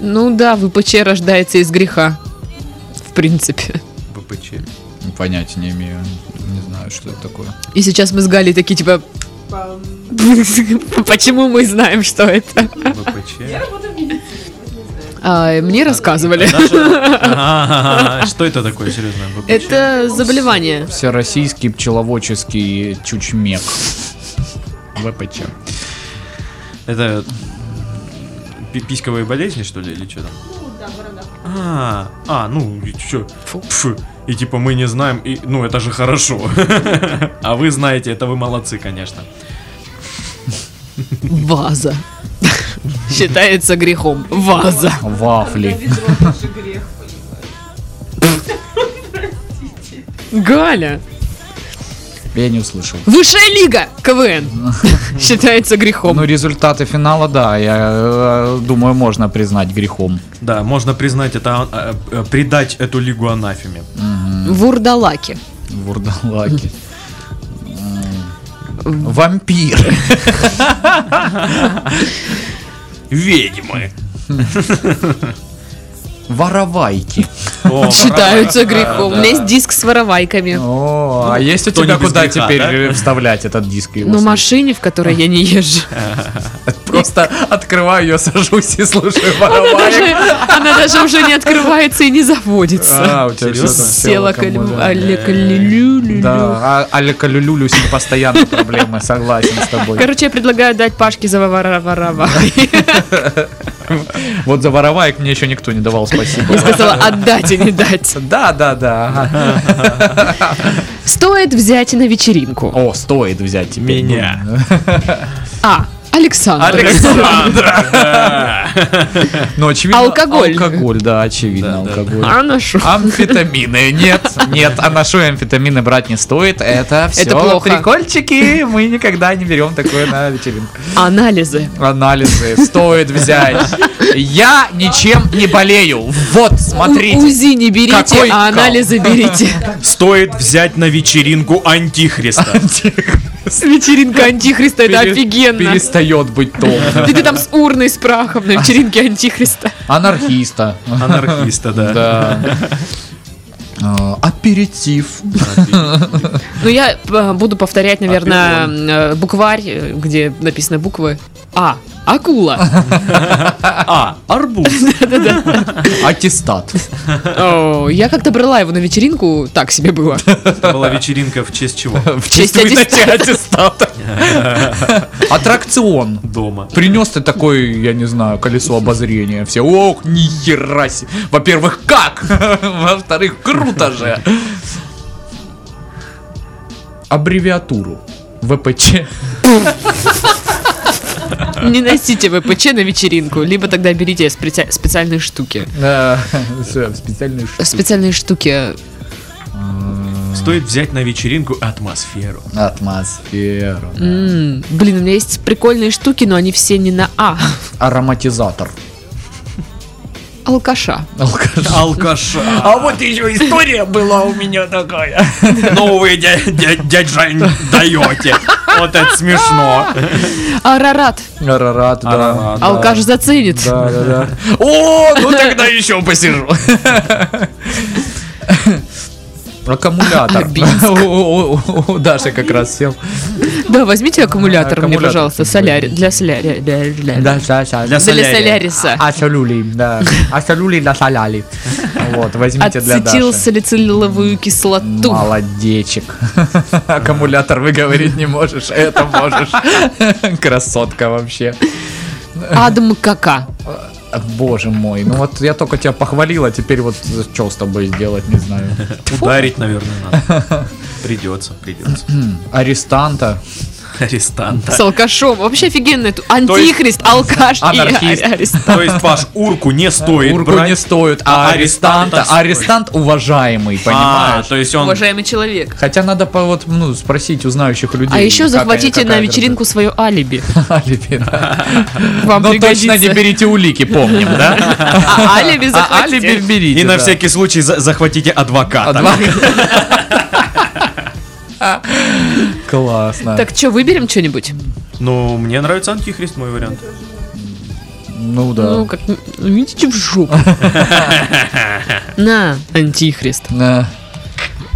A: Ну да, ВПЧ рождается из греха. В принципе.
B: ВПЧ.
C: Понятия не имею. Не знаю, что это такое.
A: И сейчас мы с Галей такие, типа,
D: Пам.
A: почему мы знаем, что это?
D: Я
B: ВПЧ.
D: работаю в медицине, не знаю.
A: А, мне рассказывали.
B: Ага, Что это такое, серьезно? ВПЧ?
A: Это заболевание.
C: Всероссийский пчеловодческий чучмек. ВПЧ.
B: Это пи- письковые болезни, что ли, или что там?
D: Ну, да, борода.
B: А, а, ну, что? И типа мы не знаем, и, ну это же хорошо. А вы знаете, это вы молодцы, конечно.
A: Ваза. Считается грехом. Ваза.
D: Да,
C: Вафли.
D: ведро, это же грех, понимаешь. Простите.
A: Галя.
C: Я не услышал.
A: Высшая лига КВН. Считается
C: Ну,
A: грехом.
C: результаты финала, да, я э, думаю, можно признать грехом.
B: Да, можно признать это, а, э, придать эту лигу анафеме.
A: Вурдалаки.
C: Вурдалаки. М, Вампир.
B: Ведьмы.
C: Воровайки.
B: О,
A: Считаются
B: воровайки.
A: грехом. У меня есть диск с воровайками.
C: О, а есть у
B: Ну, кто
C: тебя
B: не без
C: куда
B: греха,
C: теперь
B: да?
C: э, вставлять этот диск? и его
A: Но
C: слушать?
A: машине, в которой я не езжу.
C: Просто открываю ее, сажусь и слушаю воровайки.
A: Даже- Она даже уже не открывается и не заводится.
C: А, у тебя
B: Серьезно?
C: всё там
A: Села
C: кому,
A: калим-
C: да.
A: Олег Лилю-лю-лю.
C: Да, а- Аля Калюлюлю с ним постоянно проблемы, согласен с тобой.
A: Короче, я предлагаю дать Пашке за варварова.
C: Вот за вороваек мне еще никто не давал спасибо.
A: Я сказала отдать и не дать.
C: Да, да, да. ага.
A: Стоит взять на вечеринку.
C: О, стоит взять теперь.
B: Меня.
A: А. Александр.
C: Ну, очевидно,
A: Алкоголь.
C: Алкоголь, да, очевидно, алкоголь.
A: А на шо?
C: Амфетамины. Нет, нет, а на шо амфетамины брать не стоит. Это все
A: плохо.
C: прикольчики. Мы никогда не берем такое на вечеринку.
A: Анализы.
C: Анализы стоит взять. Я ничем не болею. Вот,
A: У-
C: смотрите.
A: УЗИ не берите,
C: Какой
A: а
C: кал.
A: анализы берите.
B: Стоит взять на вечеринку антихриста.
A: Вечеринка антихриста, это
C: Пере-
A: офигенно.
C: Перестает быть томным.
A: И ты там с урной, с прахом на вечеринке антихриста.
C: Анархиста.
B: Анархиста, да.
C: Да. А, Аперитив.
A: Ну, я э, буду повторять, наверное, э, букварь, э, где написаны буквы. А. Акула.
B: А, арбуз.
C: Аттестат.
A: О, Я как-то брала его на вечеринку, так себе было.
B: Это была вечеринка в честь чего?
C: В честь вынятия аттестата. Аттракцион.
B: Дома.
C: Принес ты такое, я не знаю, колесо обозрения. Все, ох, нихера себе. Во-первых, как? Во-вторых, круто же. Аббревиатуру. ВПЧ.
A: Не носите ВПЧ на вечеринку, либо тогда берите специ- специальные штуки.
C: Да, всё, специальные штуки.
A: Специальные штуки.
B: Стоит взять на вечеринку атмосферу.
G: Атмосферу.
A: М, Блин, у меня есть прикольные штуки, но они все не на А.
G: Ароматизатор.
A: Алкаша.
B: Алкаша.
H: А вот еще история была у меня такая.
B: Ну вы, дя- дя- дядь Жень, даете. Вот это смешно.
A: Арарат.
C: Арарат, да.
B: Арарат,
A: А, Алкаш заценит.
C: Да, да, да.
H: О, ну тогда еще посижу.
C: Аккумулятор. О, о, о, о, Даша как раз сел.
A: Да, возьмите аккумулятор, мне,
C: Аккумулятор.
A: пожалуйста, соляри... для соляри... Для, для-
C: да, А, да.
B: Для
A: для
B: солярия.
A: соляриса.
C: Асалюли, да. Асалюли насоляли. Вот, возьмите для Даши.
A: Ацетилсалицилиловую кислоту.
C: Молодечек. Аккумулятор вы говорить не можешь, это можешь. Красотка вообще.
A: Адм кака.
C: Боже мой, ну вот я только тебя похвалила, теперь вот что с тобой сделать, не знаю.
B: Ударить, наверное, надо. Придется, придется.
C: Арестанта.
B: Арестанта.
A: С алкашом. Вообще офигенно.
B: есть-
A: Антихрист, алкаш и
C: Анархист.
A: а- арест.
B: То есть, Паш, урку не стоит
C: Урку
B: брать.
C: не стоит,
B: а
C: а
B: арестанта
C: арестанта.
B: стоит.
C: Арестант уважаемый,
B: А,
C: понимаешь?
B: то есть он...
A: Уважаемый человек.
C: Хотя надо по вот ну спросить у знающих людей.
A: А еще
C: как они-
A: захватите
C: какая
A: на вечеринку свое алиби.
C: гроза. Алиби, да.
A: Вам
C: Но Ну, точно не
A: пригодится.
C: берите улики, помним, да?
A: А алиби
C: А
A: захватите.
C: алиби берите.
B: И на
C: да.
B: всякий случай за- захватите
C: А
B: адвоката.
C: два- Классно.
A: Так что, выберем что-нибудь?
B: Ну, мне нравится антихрист, мой вариант.
C: Ну
A: Ну,
C: да.
A: как... ну, Идите в жопу. На, антихрист.
C: На.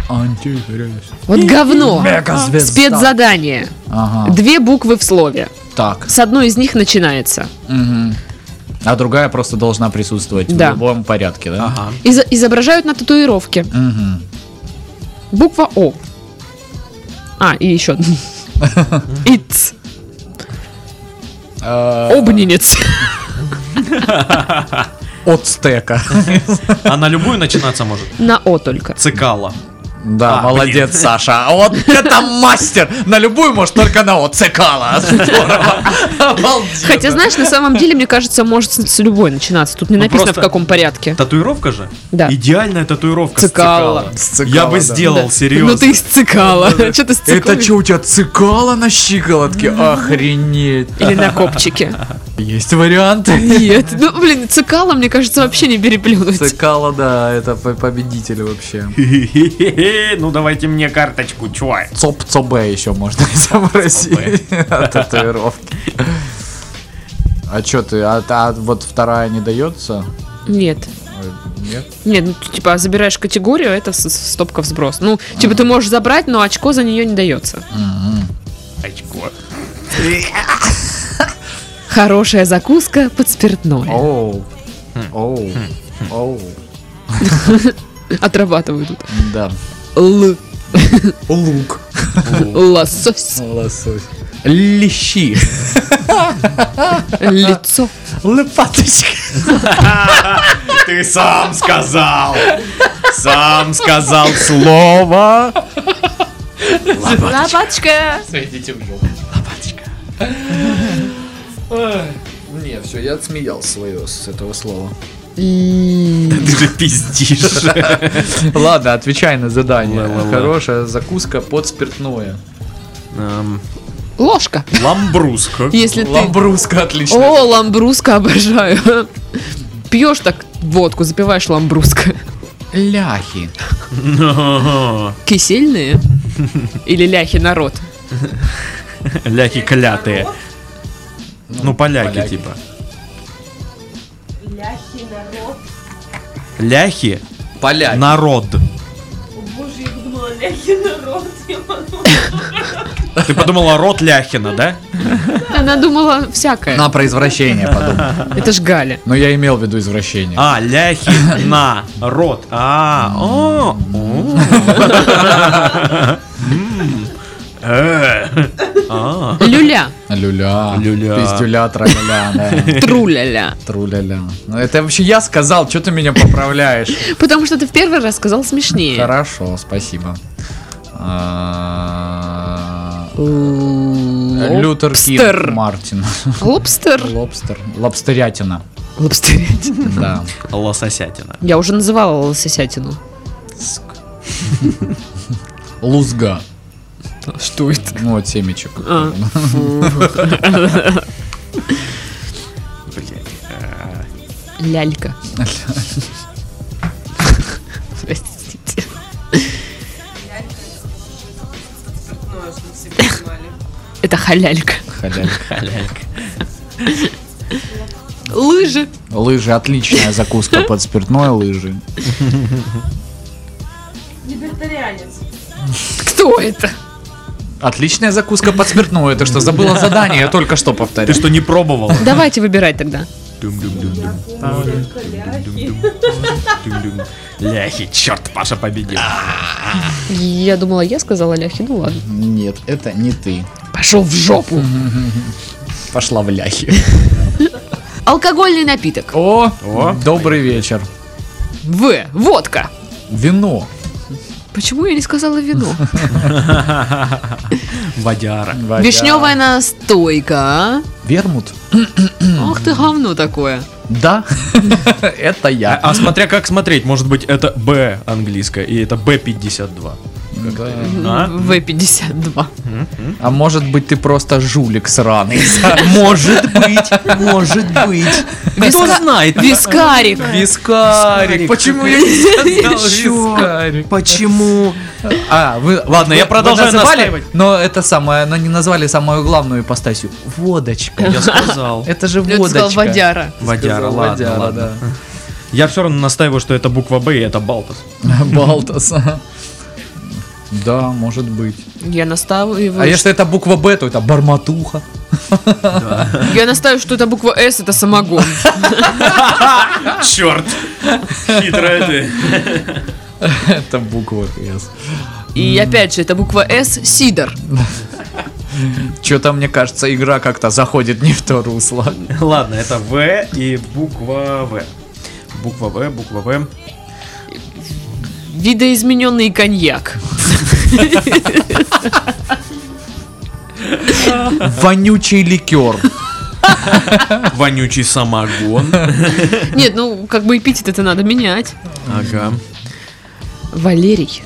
C: Антихрист.
A: Вот говно.
C: Мегазвезда.
A: Спецзадание.
C: Ага.
A: Две буквы в слове.
C: Так.
A: С одной из них начинается.
C: мгм. А другая просто должна присутствовать
A: Да.
C: в любом порядке, да?
B: Ага.
A: Из- изображают на татуировке.
C: Мгм.
A: Буква О. А, и еще. Иц.
C: Э,
A: Обнинец.
C: От стека.
B: А на любую начинаться может.
A: На О только.
B: Цикала.
C: Да,
B: А,
C: молодец, Саша. А Вот это мастер! На любую, может, только на отцекала. Здорово. Обалденно.
A: Хотя, знаешь, на самом деле, мне кажется, может с с любой начинаться. Тут не
B: Ну,
A: написано, в
B: просто-
A: каком порядке.
B: Татуировка же?
A: Да.
B: Идеальная татуировка. с
A: Цикала.
B: цикала.
C: С цикала,
B: Я бы
C: да.
B: сделал,
A: Да.
B: серьезно.
A: Ну ты исцикала. Что ты
C: Это
A: сцикала?
C: что, у тебя цикала на щиколотке? Охренеть.
A: Или на копчике.
C: Есть варианты.
A: Нет. Ну, блин, цикала, мне кажется, вообще не переплюнуть.
C: Цикала, да, это по- победитель вообще.
B: Хе-хе-хе, Ну давайте мне карточку, чувак.
C: Цоп Цобе еще можно изобразить. От Татуировки. А что ты, а, а вот вторая не дается?
A: Нет.
C: Э, Нет?
A: Нет, ну, ты, типа, забираешь категорию, это с- с- стопка в сброс. Ну, типа, ты можешь забрать, но очко за нее не дается.
B: Очко.
A: Хорошая закуска под
C: Хм.
A: спиртное.
C: Оу. Оу. Оу.
A: Отрабатывают тут.
C: Да.
A: Л.
C: Лук.
A: Лосось.
C: Лосось. Лещи.
A: Лицо.
C: Лопаточка.
B: Ты сам сказал. Сам сказал слово.
C: Слово.
A: Лопаточка.
C: Не, все, я отсмеял свое с этого слова.
A: Л.
B: Ты же пиздишь.
C: Ладно, отвечай на задание.
B: Ла-ла-ла.
C: Хорошая закуска под спиртное.
B: Эм,
A: Ложка.
B: Ламбруска.
A: Если ты...
C: Ламбруска отлично.
A: О, ламбруска обожаю. Пьешь так водку, запиваешь ламбруска.
C: Ляхи.
B: А,
A: Кисельные? Или ляхи народ?
B: Ляхи клятые. Ну, поляки,
C: поляки.
B: типа.
D: Ляхи, народ.
B: Ляхи
C: Поляки.
B: народ.
D: О боже, я подумала, ляхи, народ. Я подумала,
B: Ты подумала, род Ляхина, да?
A: Она думала всякое.
C: На про извращение подумал.
A: Это ж Галя.
C: Но я имел в виду извращение.
B: А, ляхи на рот. А, о, о. М, э, а.
A: Люля.
C: Люля.
B: Люля.
C: Пиздюля, траля, да.
A: Труляля.
C: Труляля. Ну, Это вообще я сказал, что ты меня поправляешь.
A: Потому что ты в первый раз сказал смешнее.
C: Хорошо, спасибо. А,
A: Л. Лоб-
C: Лютер
A: Лобстер.
C: Кинг Мартин.
A: Лобстер.
C: Лобстер. Лобстерятина.
A: Лобстерятина.
C: Да.
B: Лососятина.
A: Я уже называла лососятину.
C: Лузга.
A: Что это?
C: Ну, от семечек.
A: А,
B: Блядь.
A: лялька. Простите.
D: Ну, а чтобы все понимали.
A: Это халялька.
C: Халяль.
A: Лыжи.
C: Лыжи. Отличная закуска под спиртное. Лыжи.
D: Либертарианец.
A: Кто это?
C: Отличная закуска под спиртное. Ты что, забыла задание? Я только что
B: Ты
C: повторил.
B: что, не пробовал?
A: Давайте выбирать тогда.
B: Дум-дум-дум-дум.
D: Помню, коляхи.
B: Дум-дум. Ляхи, черт, Паша победил.
A: Я думала, я сказала ляхи, ну ладно.
C: Нет, это не ты.
A: Пошел в жопу.
C: Пошла в ляхи.
A: Алкогольный напиток.
C: О, добрый вечер.
A: В. Водка.
C: Вино.
A: Почему я не сказала вино?
B: Водяра.
C: Водя-
A: Вишневая настойка. а?
C: Вермут.
A: Ах ты говно такое.
C: Да, это
B: А,
C: я.
B: а смотря как смотреть, может быть, это Б английское, и это Б52.
C: Да.
B: А?
A: В-52.
C: А может быть ты просто жулик сраный. Может быть, может быть.
A: Кто знает? Вискарик.
C: Вискарик. Почему я не Вискарик. Почему? А, вы, ладно,
B: Я
C: вы-
B: продолжаю
C: вы назвали,
B: настаивать.
C: но это самое, но не назвали самую главную ипостасью. Водочка.
B: Я сказал.
C: Это же
A: Я бы сказала,
C: водочка.
A: водяра.
B: Водяра,
C: Сказал,
B: ладно,
C: водяра,
B: ладно.
C: да.
B: Я все равно настаиваю, что это буква Б и это Балтас.
C: Балтас. Да, может быть.
A: Я настаиваю.
C: А если это буква Б, то это Барматуха.
A: Я настаиваю, что это буква С, это самогон.
B: А. Черт! Хитрая ты.
C: Это буква С.
A: И опять же, это буква С, сидор.
C: Что-то, мне кажется, игра как-то заходит не в то русло.
B: Ладно, это В и буква В. Буква В, буква В.
A: Видоизмененный коньяк.
C: Вонючий ликер.
B: Вонючий самогон.
A: Нет, ну, как бы эпитет это надо менять.
B: Ага.
A: Валерий.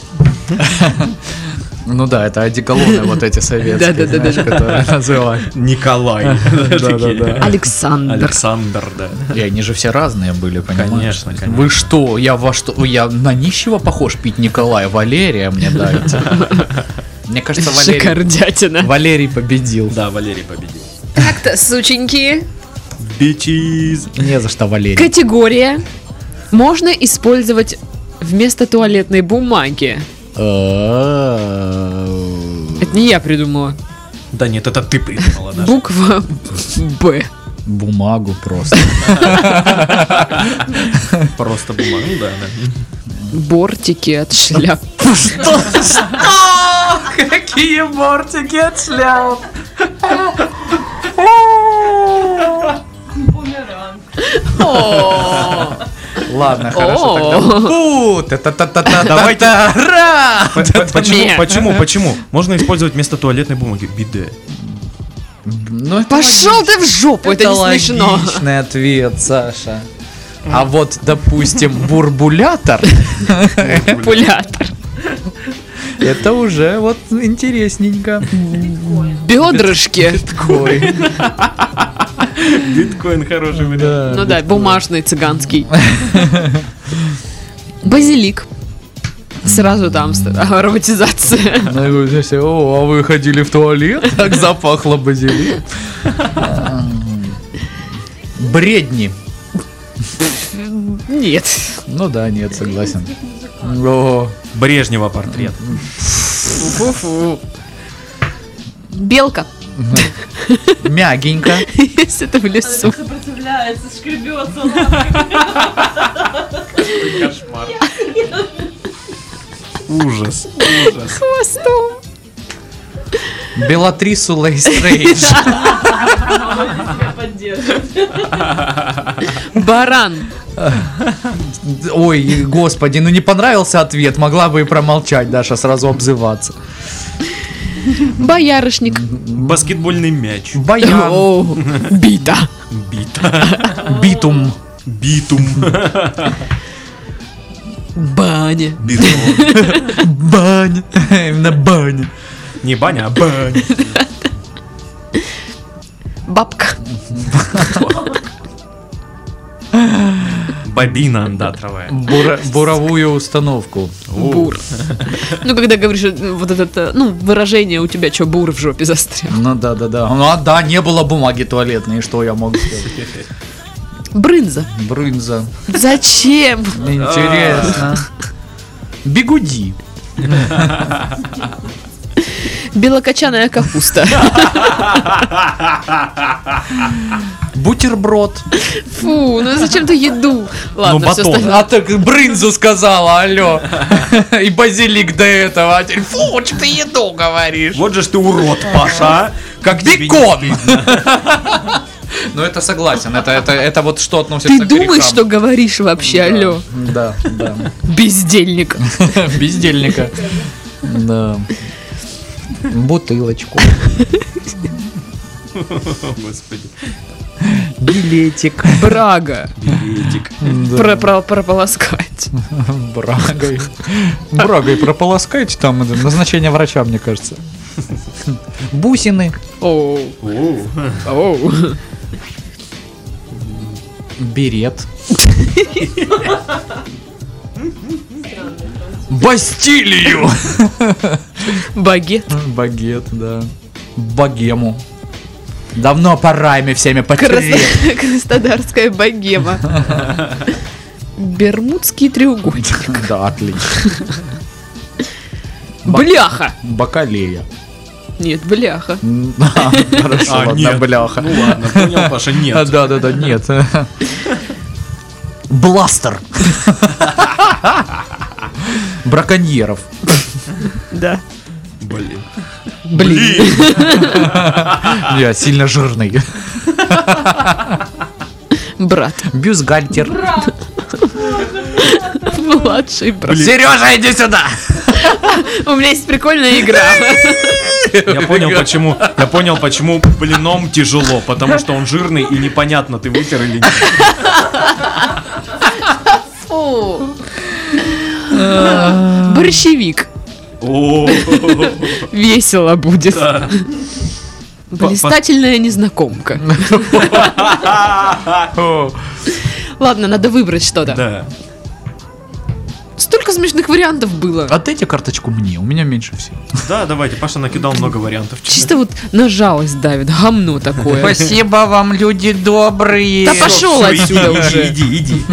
C: Ну да, это одеколоны вот эти советские,
A: Да-да-да-да.
C: знаешь, которые называют.
B: Николай.
A: Э,
C: Да-да-да.
A: Александр.
B: Александр, да.
C: И они же все разные были, понимаешь?
B: Конечно, конечно.
C: Вы что, я во что? Я на нищего похож пить Николая Валерия мне дайте. Мне кажется, Валерий,
A: Шикардятина.
C: Валерий победил.
B: Да, Валерий победил.
A: Так-то, сученьки.
B: Бичиз.
C: Не за что, Валерий.
A: Категория. Можно использовать вместо туалетной бумаги.
C: Э,
A: Это не я придумала.
B: Да нет, это ты придумала, Даша.
A: Буква Б.
C: Бумагу просто.
B: Просто бумага. Ну да, да.
A: Бортики от шляп.
I: Какие бортики от шляп.
D: Бумеранг.
C: Ладно, хорошо
A: О.
C: тогда. Бу, та-та-та-та-та-та.
B: П- п- Почему,
A: Нет.
B: почему, почему? Можно использовать вместо туалетной бумаги биде.
C: Ну, это
A: Пошел ты в жопу, это, не
C: логичный
A: смешно.
C: ответ, Саша. А вот, допустим, бурбулятор,
A: Популятор.
C: это уже вот интересненько.
A: Бедрышки.
C: Такой.
B: Биткоин хороший вариант.
A: Ну да, бумажный, цыганский. Базилик. Сразу там ст- ароматизация.
C: Ну, и вот здесь, О, а вы ходили в туалет? Так запахло базилик. Бредни.
A: Нет.
C: Ну да, нет, согласен. О,
B: Брежнева портрет.
A: Фу-фу. Белка.
C: мягенько.
A: Если это в
D: Она
A: лесу.
D: так сопротивляется, шкребется лапой.
B: Ужас.
A: Хвостом.
C: Белатрису Лейстрейдж.
D: Она тебя поддерживает.
A: Баран.
C: Ой, господи, ну не понравился ответ, могла бы и промолчать, Даша, сразу обзываться.
A: Боярышник.
B: Баскетбольный мяч.
J: Баян.
A: О, Бита.
B: Бита.
J: Битум.
B: Битум.
A: Баня.
B: Битум.
J: Баня. Именно баня.
B: Не баня, а баня.
A: Бабка.
B: Бобина андатровая.
C: Бура- буровую установку.
A: Бур. Ну, когда говоришь э, вот это, ну, выражение у тебя, что бур в жопе застрял.
C: Ну да, да, да. Ну а да, не было бумаги туалетной, что я мог сделать?
A: Брынза.
C: Брынза.
A: Зачем?
B: А.
C: Интересно. Бигуди.
A: Белокочаная капуста.
C: Бутерброд.
A: Фу, ну зачем ты еду? Ладно, все
B: батон.
A: остальное.
C: А так брынзу сказала, алло. И базилик до этого. А теперь фу, что ты еду говоришь.
B: Вот же ж ты урод, Паша. а? Как тебе не
C: Бекон! Ну это согласен, это, это, это вот что относится
A: Ты
C: к
A: думаешь,
C: грехам.
A: что говоришь вообще, алло?
C: Да, да.
A: Бездельник.
C: Бездельника. Да. Бутылочку.
B: стыдно, Господи.
C: Билетик.
A: Брага.
B: Билетик.
A: Про- про- Прополоскать.
C: Брагой. Брагой прополоскайте там это, назначение врача, мне кажется. Бусины.
A: Оу.
B: О,
A: Оу.
C: Берет. Бастилию!
A: Багет.
C: Багет, да. Богему. Давно пора ими всеми
A: Крас-
C: потереть.
A: Краснодарская богема. Бермудский треугольник.
C: Да, отлично. Ба-
A: Бляха!
C: Бакалея.
A: Нет, бляха.
C: М, а, Хорошо,
B: А,
C: ладно,
B: нет.
C: бляха.
B: Ну ладно, понял, Паша,
C: А,
B: нет.
C: Да, да, да, нет. Бластер. Браконьеров.
A: Да.
B: Блин.
A: Блин.
C: Я сильно жирный.
A: Брат.
C: Бюстгальтер.
A: Младший брат.
C: Сережа, иди сюда!
A: У меня есть прикольная игра.
B: Я понял, почему. Я понял, почему блином тяжело, потому что он жирный и непонятно, ты вытер или нет.
A: Фу. Борщевик.
B: О,
A: Весело будет.
B: да.
A: Блистательная незнакомка. Ладно, надо выбрать что-то.
B: Да.
A: Столько смешных вариантов было.
C: Отдайте карточку мне, у меня меньше всего.
B: Да, давайте, Паша накидал много вариантов.
A: Чисто вот на жалость давит. Гамно такое.
K: Спасибо вам, люди добрые.
A: Да пошел
B: Всё,
A: отсюда
B: иди,
A: уже.
B: Иди, иди.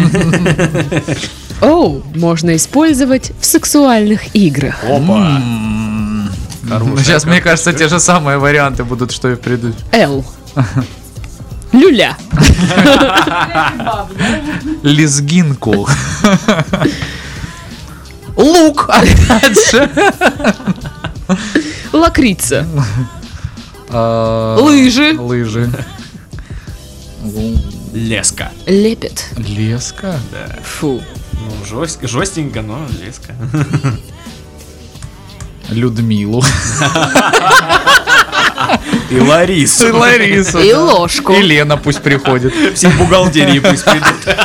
A: Оу, можно использовать в сексуальных играх.
B: Опа.
C: Сейчас, мне кажется, те же самые варианты будут, что и в предыдущем.
A: Л. Люля.
C: Лезгинку. Лук! Опять же.
A: Лакрица.
C: А,
A: Лыжи.
C: Лыжи.
B: Леска.
A: Лепет.
C: Леска?
A: Фу.
B: Ну, жест- жестенько, но леска.
C: Людмилу.
B: И Ларису.
C: Ларису.
A: И ложку.
C: И Лена пусть приходит.
B: Все бухгалтерии пусть придут.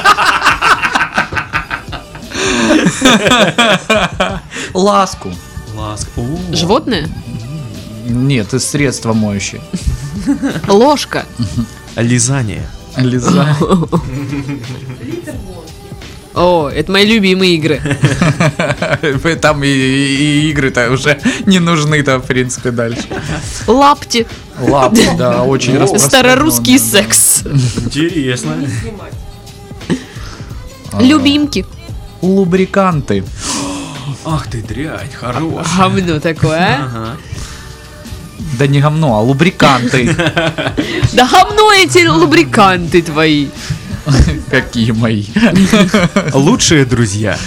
C: Ласку.
B: Ласк. О.
A: Животное?
C: Нет, из средства моющие.
A: Ложка.
B: Лизание.
C: Лиза.
A: О, это мои любимые игры.
C: Там и, и- и игры-то уже не нужны-то, в принципе, дальше.
A: Лапти.
C: Лап, да, очень
B: О.
C: распространённо.
A: Старорусский секс.
B: Интересно.
L: Снимать.
A: Любимки.
C: Лубриканты.
B: Ах ты дрянь, хорош.
A: Гамно такое, а?
B: Ага.
C: Да не говно, а лубриканты.
A: Да гамно эти лубриканты твои.
C: Какие мои.
B: Лучшие друзья.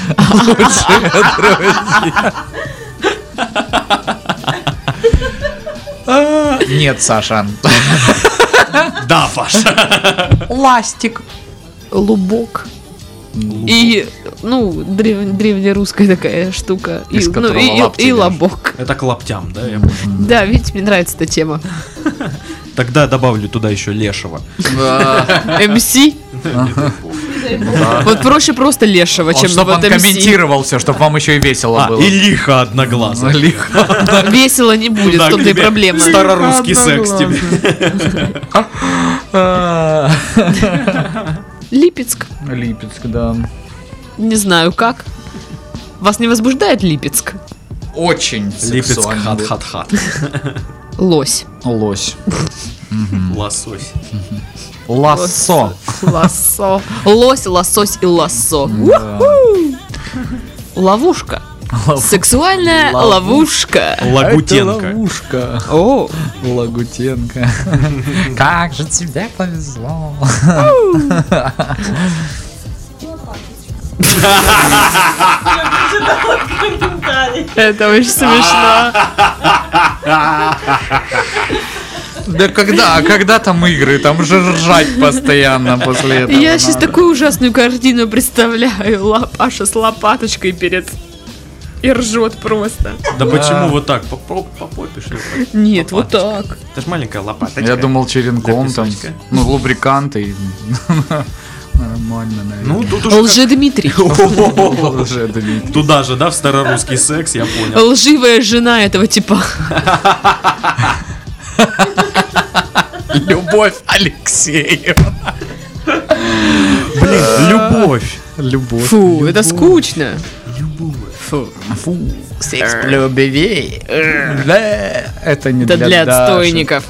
C: Нет, Саша.
B: Да, Паша.
C: Ластик.
A: Лубок. И, ну, древ- древнерусская такая штука. И,
C: Из
A: ну,
C: которого
A: и- и-
C: лапти
A: и
C: вяжут.
A: лобок.
B: Это к лаптям, да? я-
A: Да, видите, мне нравится эта тема.
B: Тогда добавлю туда еще лешего.
A: МС. Вот проще просто лешего, А чем
C: чтобы он
A: вот MC.
C: комментировал все, чтобы вам еще и весело
B: А,
C: было.
B: и лихо одноглазый.
C: Лихо.
A: Весело не будет, в
B: На
A: том-то и
B: тебе
A: проблема.
B: Старорусский секс тебе.
A: Липецк.
C: А. Липецк, да.
A: Не знаю как. Вас не возбуждает Липецк?
C: Очень
B: Липецк
C: сексуальный был.
B: хат-хат-хат.
A: Лось.
C: Лось.
B: Лосось.
C: Лассо.
A: Лосо. Лось, лосось и лосо.
C: Да.
A: Ловушка. Сексуальная ловушка.
C: А Это
B: Лагутенко.
C: ловушка.
A: О,
C: Лагутенко. Как же тебе повезло.
D: Комментарий.
A: это очень смешно.
C: Да когда, а когда там игры? Там же ржать постоянно после этого.
A: Я сейчас такую ужасную картину представляю. Лапаша с лопаточкой перед... И ржет просто.
B: Да почему вот так? По- по- по попе, что ли?
A: Нет, вот так.
B: Это ж маленькая лопаточка.
C: Я думал черенком там,
B: Записочка.
C: ну лубриканты. и- Нормально, наверное.
B: Ну, тут уже
A: Лже Дмитрий.
B: как-
C: Уже это видно.
B: Туда же, да, в старорусский секс, я понял.
A: Лживая жена этого типа.
C: Любовь Алексеев.
B: Блин, любовь.
C: Любовь.
A: Фу, это скучно.
C: Фу.
A: Секс
C: Э, Любви. Это не
A: это для
C: Даши.
A: отстойников.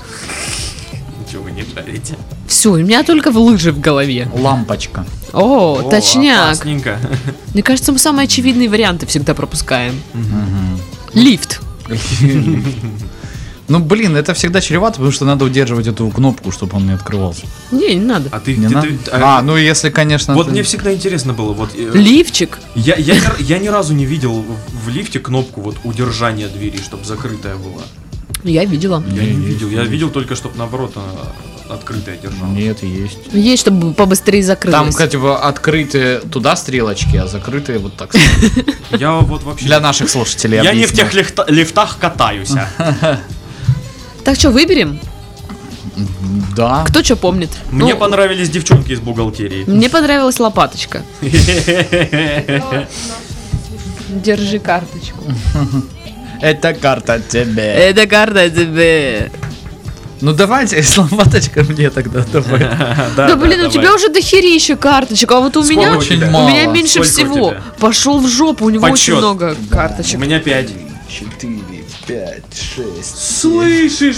B: Ничего вы не жарите.
A: Все, у меня только в лыжи в голове.
C: Лампочка.
A: О,
B: О,
A: точняк.
B: Опасненько.
A: Мне кажется, мы самые очевидные варианты всегда пропускаем. Лифт.
C: Ну, блин, это всегда чревато, потому что надо удерживать эту кнопку, чтобы он не открывался.
A: Не, не надо.
B: А ты...
C: Не
B: ты-
C: надо?
B: ты- а,
C: А, ну если, конечно...
B: Вот
C: ты-
B: мне всегда интересно было, вот э,
A: Лифчик.
B: я, я, ни- я ни разу не видел в в лифте кнопку вот удержания двери, чтобы закрытая была.
A: Я видела.
B: Я
C: Не,
B: не
C: есть,
B: видел, я
C: есть.
B: видел только, чтобы наоборот а, она открытая держала.
C: Нет, есть.
A: Есть, чтобы побыстрее
C: Там,
A: закрылось.
C: кстати, во- открытые туда стрелочки, а закрытые вот так.
B: Я вот вообще...
C: Для наших слушателей
B: Я не в
C: объясню.
B: тех лифта- лифтах катаюсь. а.
A: Так что, выберем?
C: Да.
A: Кто что помнит?
B: Мне
A: Ну,
B: понравились девчонки из бухгалтерии.
A: Мне понравилась лопаточка. Держи карточку.
C: Это карта тебе.
A: Это карта тебе.
C: Ну давайте, с лопаточкой мне тогда давай.
A: Да, блин, у тебя уже дохерища карточек, а вот у меня...
C: очень
A: У
C: мало.
A: меня меньше
B: Сколько у
A: всего.
B: тебя?
A: Пошел в жопу, у него очень
B: Подсчет.
A: много
B: У
A: карточек.
B: меня пять.
C: 4, 5, 6.
B: Слышишь?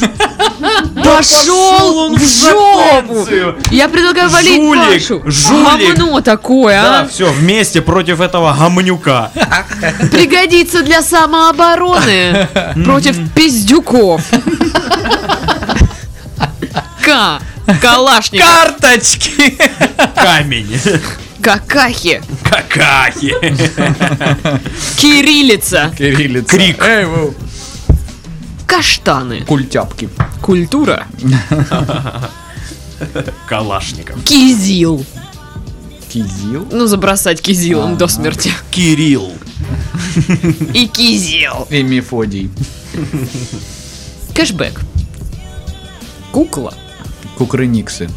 A: Пошел в жопу!
B: станцию!
A: Я предлагаю валить
B: Жулик!
A: Пашу.
B: Жулик!
A: Говно такое,
B: Да,
A: а?
B: все, вместе против этого гамнюка.
A: Пригодится для самообороны против пиздюков. К. Калашник.
C: Карточки!
B: Камень.
A: Какахи.
B: Какахи.
A: Кириллица.
C: Кириллица. Крик. Эй, вы,
A: Каштаны.
C: Культяпки.
A: Культура.
B: Калашников.
A: Кизил.
C: Кизил.
A: Ну, забросать кизилом до смерти.
B: Кирилл.
A: И кизил.
C: И Мефодий.
A: Кэшбэк. Кукла.
C: Кукрыниксы.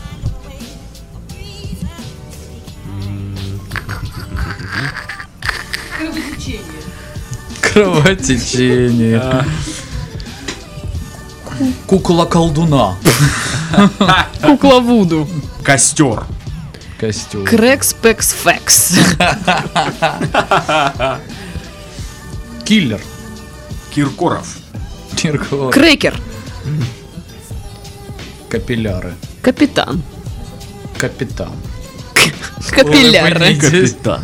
D: Кровотечение.
C: Кровотечение. Кукла колдуна.
A: Кукла Вуду.
B: Костер.
C: Костюм.
A: Крэкс Пэкс Фэкс.
C: Киллер.
B: Киркоров.
C: Киркоров.
A: Крекер.
C: Капилляры.
A: Капитан.
C: Капитан.
A: Капилляры.
B: Капитан.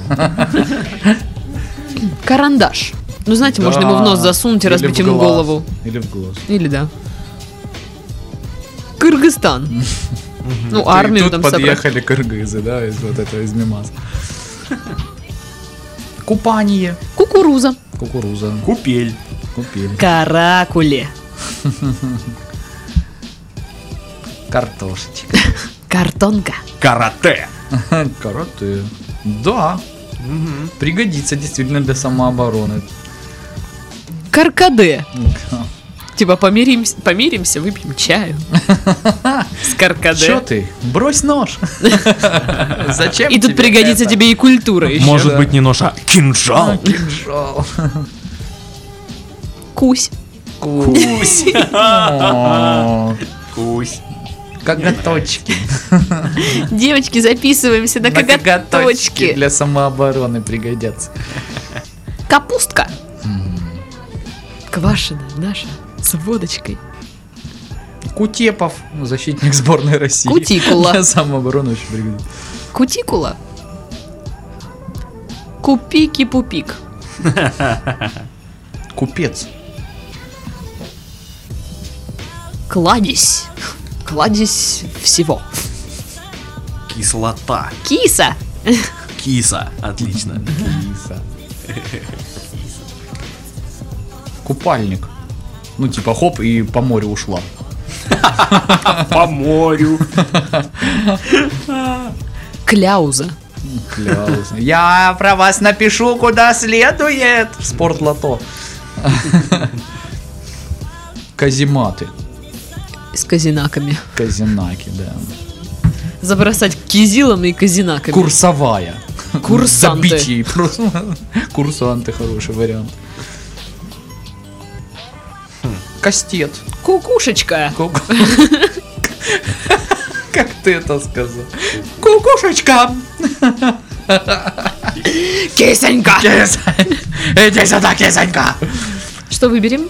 A: Карандаш. Ну, знаете, можно
C: Да.
A: ему в нос засунуть и
C: Или
A: разбить
C: в
A: ему
C: глаз.
A: голову.
C: Или в глаз.
A: Или да. Кыргызстан. Ну,
C: И
A: армию
C: тут
A: там собрать.
C: подъехали кыргызы, да, из вот этого, из мимаса. Купание.
A: Кукуруза.
C: Кукуруза.
B: Купель.
C: Купили.
A: Каракули.
C: Картошечка.
A: Картонка.
B: Карате.
C: Караты. Да, пригодится действительно для самообороны.
A: Каркаде. Типа помиримся, помиримся, выпьем чаю. С
C: Че
A: каркаде.
C: ты? Брось нож. Зачем
A: И тут
C: тебе
A: пригодится
C: это?
A: тебе и культура еще.
B: Может
C: да.
B: быть не нож, а кинжал.
C: Кинжал.
A: Кусь.
C: Кусь. О,
B: Кусь.
C: Коготочки.
A: Девочки, записываемся на
C: На
A: коготочки.
C: Для самообороны пригодятся.
A: Капустка. Квашеная наша с водочкой.
C: Кутепов, ну, защитник сборной России.
A: Кутикула.
C: Для самообороны очень пригодится.
A: Кутикула. Купики-пупик.
C: Купец.
A: Кладезь. Кладезь всего.
B: Кислота.
A: Киса.
B: Киса. Отлично.
C: Киса. Купальник. Ну, типа, хоп, и по морю ушла.
B: По морю.
A: Кляуза.
C: Кляусно. Я про вас напишу, куда следует. Спорт лото. Казиматы.
A: С казинаками.
C: Казинаки, да.
A: Забросать кизилом и казинаками.
C: Курсовая.
A: Курсанты.
C: Забить ей просто. Курсанты хороший вариант. Кастет.
A: Кукушечка.
C: Ку- Как ты это сказал? Кукушечка!
A: Кисонька.
C: Кис- Иди сюда, кисонька!
A: Что выберем?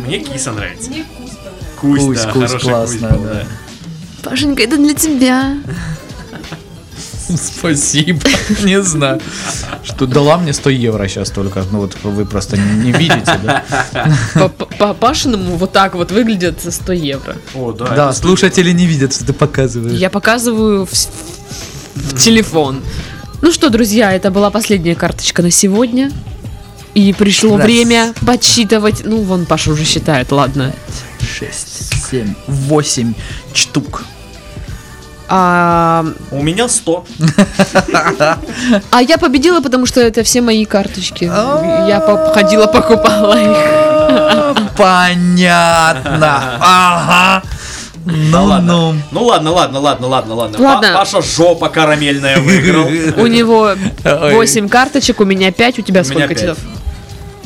B: Мне киса нравится.
D: Мне вкус понравился.
B: Кусь,
C: Кусь,
B: да,
C: кусь,
B: хороший
C: классно,
B: был,
C: да.
A: Пашенька, это для тебя.
C: Спасибо. Не знаю. Что дала мне 100 евро сейчас только. Ну вот вы просто не, не видите, да?
A: По- По по Пашиному вот так вот выглядят 100 евро.
B: О, да.
C: Да, слушатели не видят, что ты показываешь.
A: Я показываю в, с- в телефон. Ну что, друзья, это была последняя карточка на сегодня. И пришло
C: Раз.
A: время подсчитывать. Ну, вон Паша уже считает, ладно.
C: 6, 7, 8 штук.
A: А,
B: У меня 100.
A: а я победила, потому что это все мои карточки. Я по- ходила, покупала их.
C: Понятно. Ага. Ну, ну.
B: Ну ладно, ладно, ладно, ладно, ладно.
A: Ладно.
B: Па- Паша жопа карамельная выиграл.
A: У него
C: Ой.
A: 8 карточек, у меня 5, у тебя
B: У меня
A: сколько,
B: пять.
A: Титов?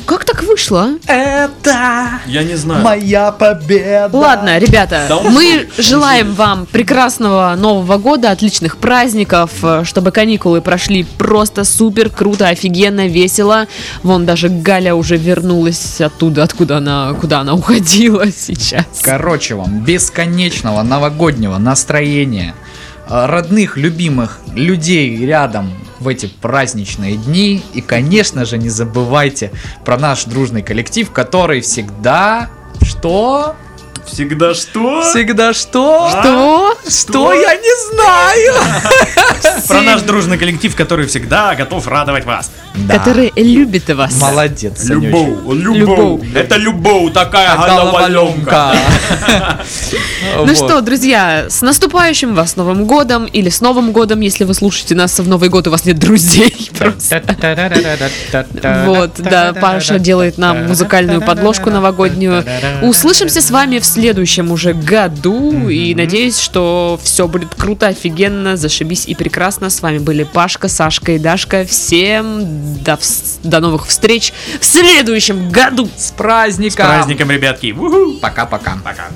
A: Как так вышло, а?
C: Это
B: Я не знаю.
C: моя победа.
A: Ладно, ребята,
B: Да он
A: мы желаем вам прекрасного Нового года, отличных праздников, э, чтобы каникулы прошли просто супер, круто, офигенно, весело. Вон даже Галя уже вернулась оттуда, откуда она, куда она уходила сейчас.
C: Короче вам, бесконечного новогоднего настроения, э, родных, любимых людей рядом в эти праздничные дни. И, конечно же, не забывайте про наш дружный коллектив, который всегда... Что?
B: Всегда что?
C: Всегда что?
A: Что?
C: Что? Я не знаю.
B: Про наш дружный коллектив, который всегда готов радовать вас.
C: Да.
A: Который любит вас.
C: Молодец, Санечек.
B: Любоу, любоу.
A: Любоу.
B: Это любоу, такая головоломка.
C: Головоломка.
A: Ну
C: Вот.
A: что, друзья, с наступающим вас Новым годом или с Новым годом, если вы слушаете нас в Новый год, у вас нет друзей. просто. Вот, да, Паша делает нам музыкальную подложку новогоднюю. Услышимся с вами в следующем уже году. И надеюсь, что все будет круто, офигенно, зашибись и прекрасно. С вами были Пашка, Сашка и Дашка. Всем до, вс- до новых встреч в следующем году.
C: С праздником.
B: С праздником, ребятки. Уху.
C: Пока-пока.
B: Пока.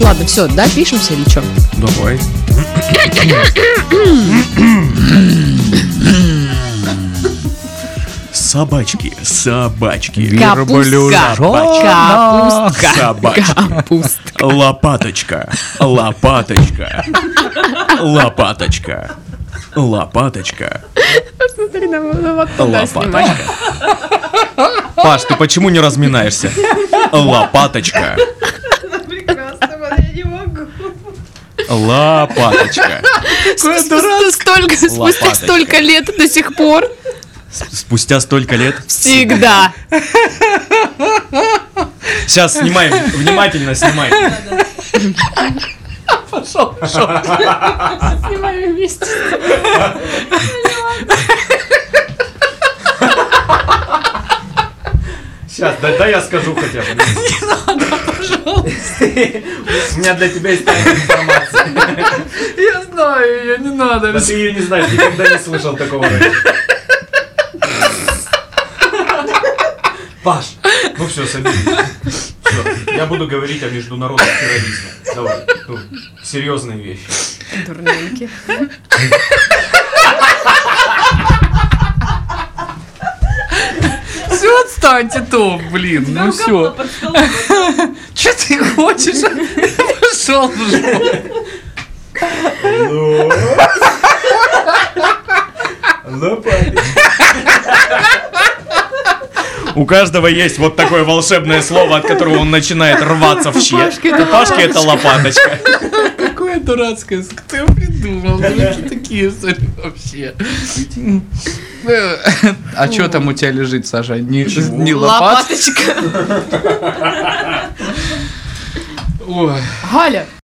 A: Ладно, все, да, пишемся или что?
B: Давай. Собачки, собачки,
A: Капустка. Капустка.
B: собачки,
A: Капуст.
B: лопаточка, лопаточка, лопаточка, лопаточка, лопаточка. Паш, ты почему не разминаешься? Лопаточка,
D: Прекрасно, вот я не могу.
B: лопаточка.
A: Спустя столько, спустя
B: Лопаточка.
A: столько лет до сих пор.
B: С- Спустя столько лет.
M: Всегда.
B: Сейчас снимаем, внимательно снимаем.
M: Снимаем вместе.
B: Сейчас, да, да я скажу хотя бы. Не надо, пожалуйста. У меня для тебя есть тайная информация.
A: Я знаю ее, не надо.
B: Да ты ее не знаешь, никогда не слышал такого раньше. Паш, ну все, садись. Всё, я буду говорить о международном терроризме. Давай, ну, серьезные вещи.
M: Дурненький.
A: Все, отстань, Титов, блин, ну все.
D: под столом.
A: Че ты хочешь? Пошел в жопу.
B: У каждого есть вот такое волшебное слово, от которого он начинает рваться в щи. У Пашки это лопаточка.
A: Какое дурацкое, кто его придумал? Дураки такие что ли, вообще. А что там у тебя лежит, Саша? Не, не лопат?
M: Лопаточка.
A: Ой.
M: Галя,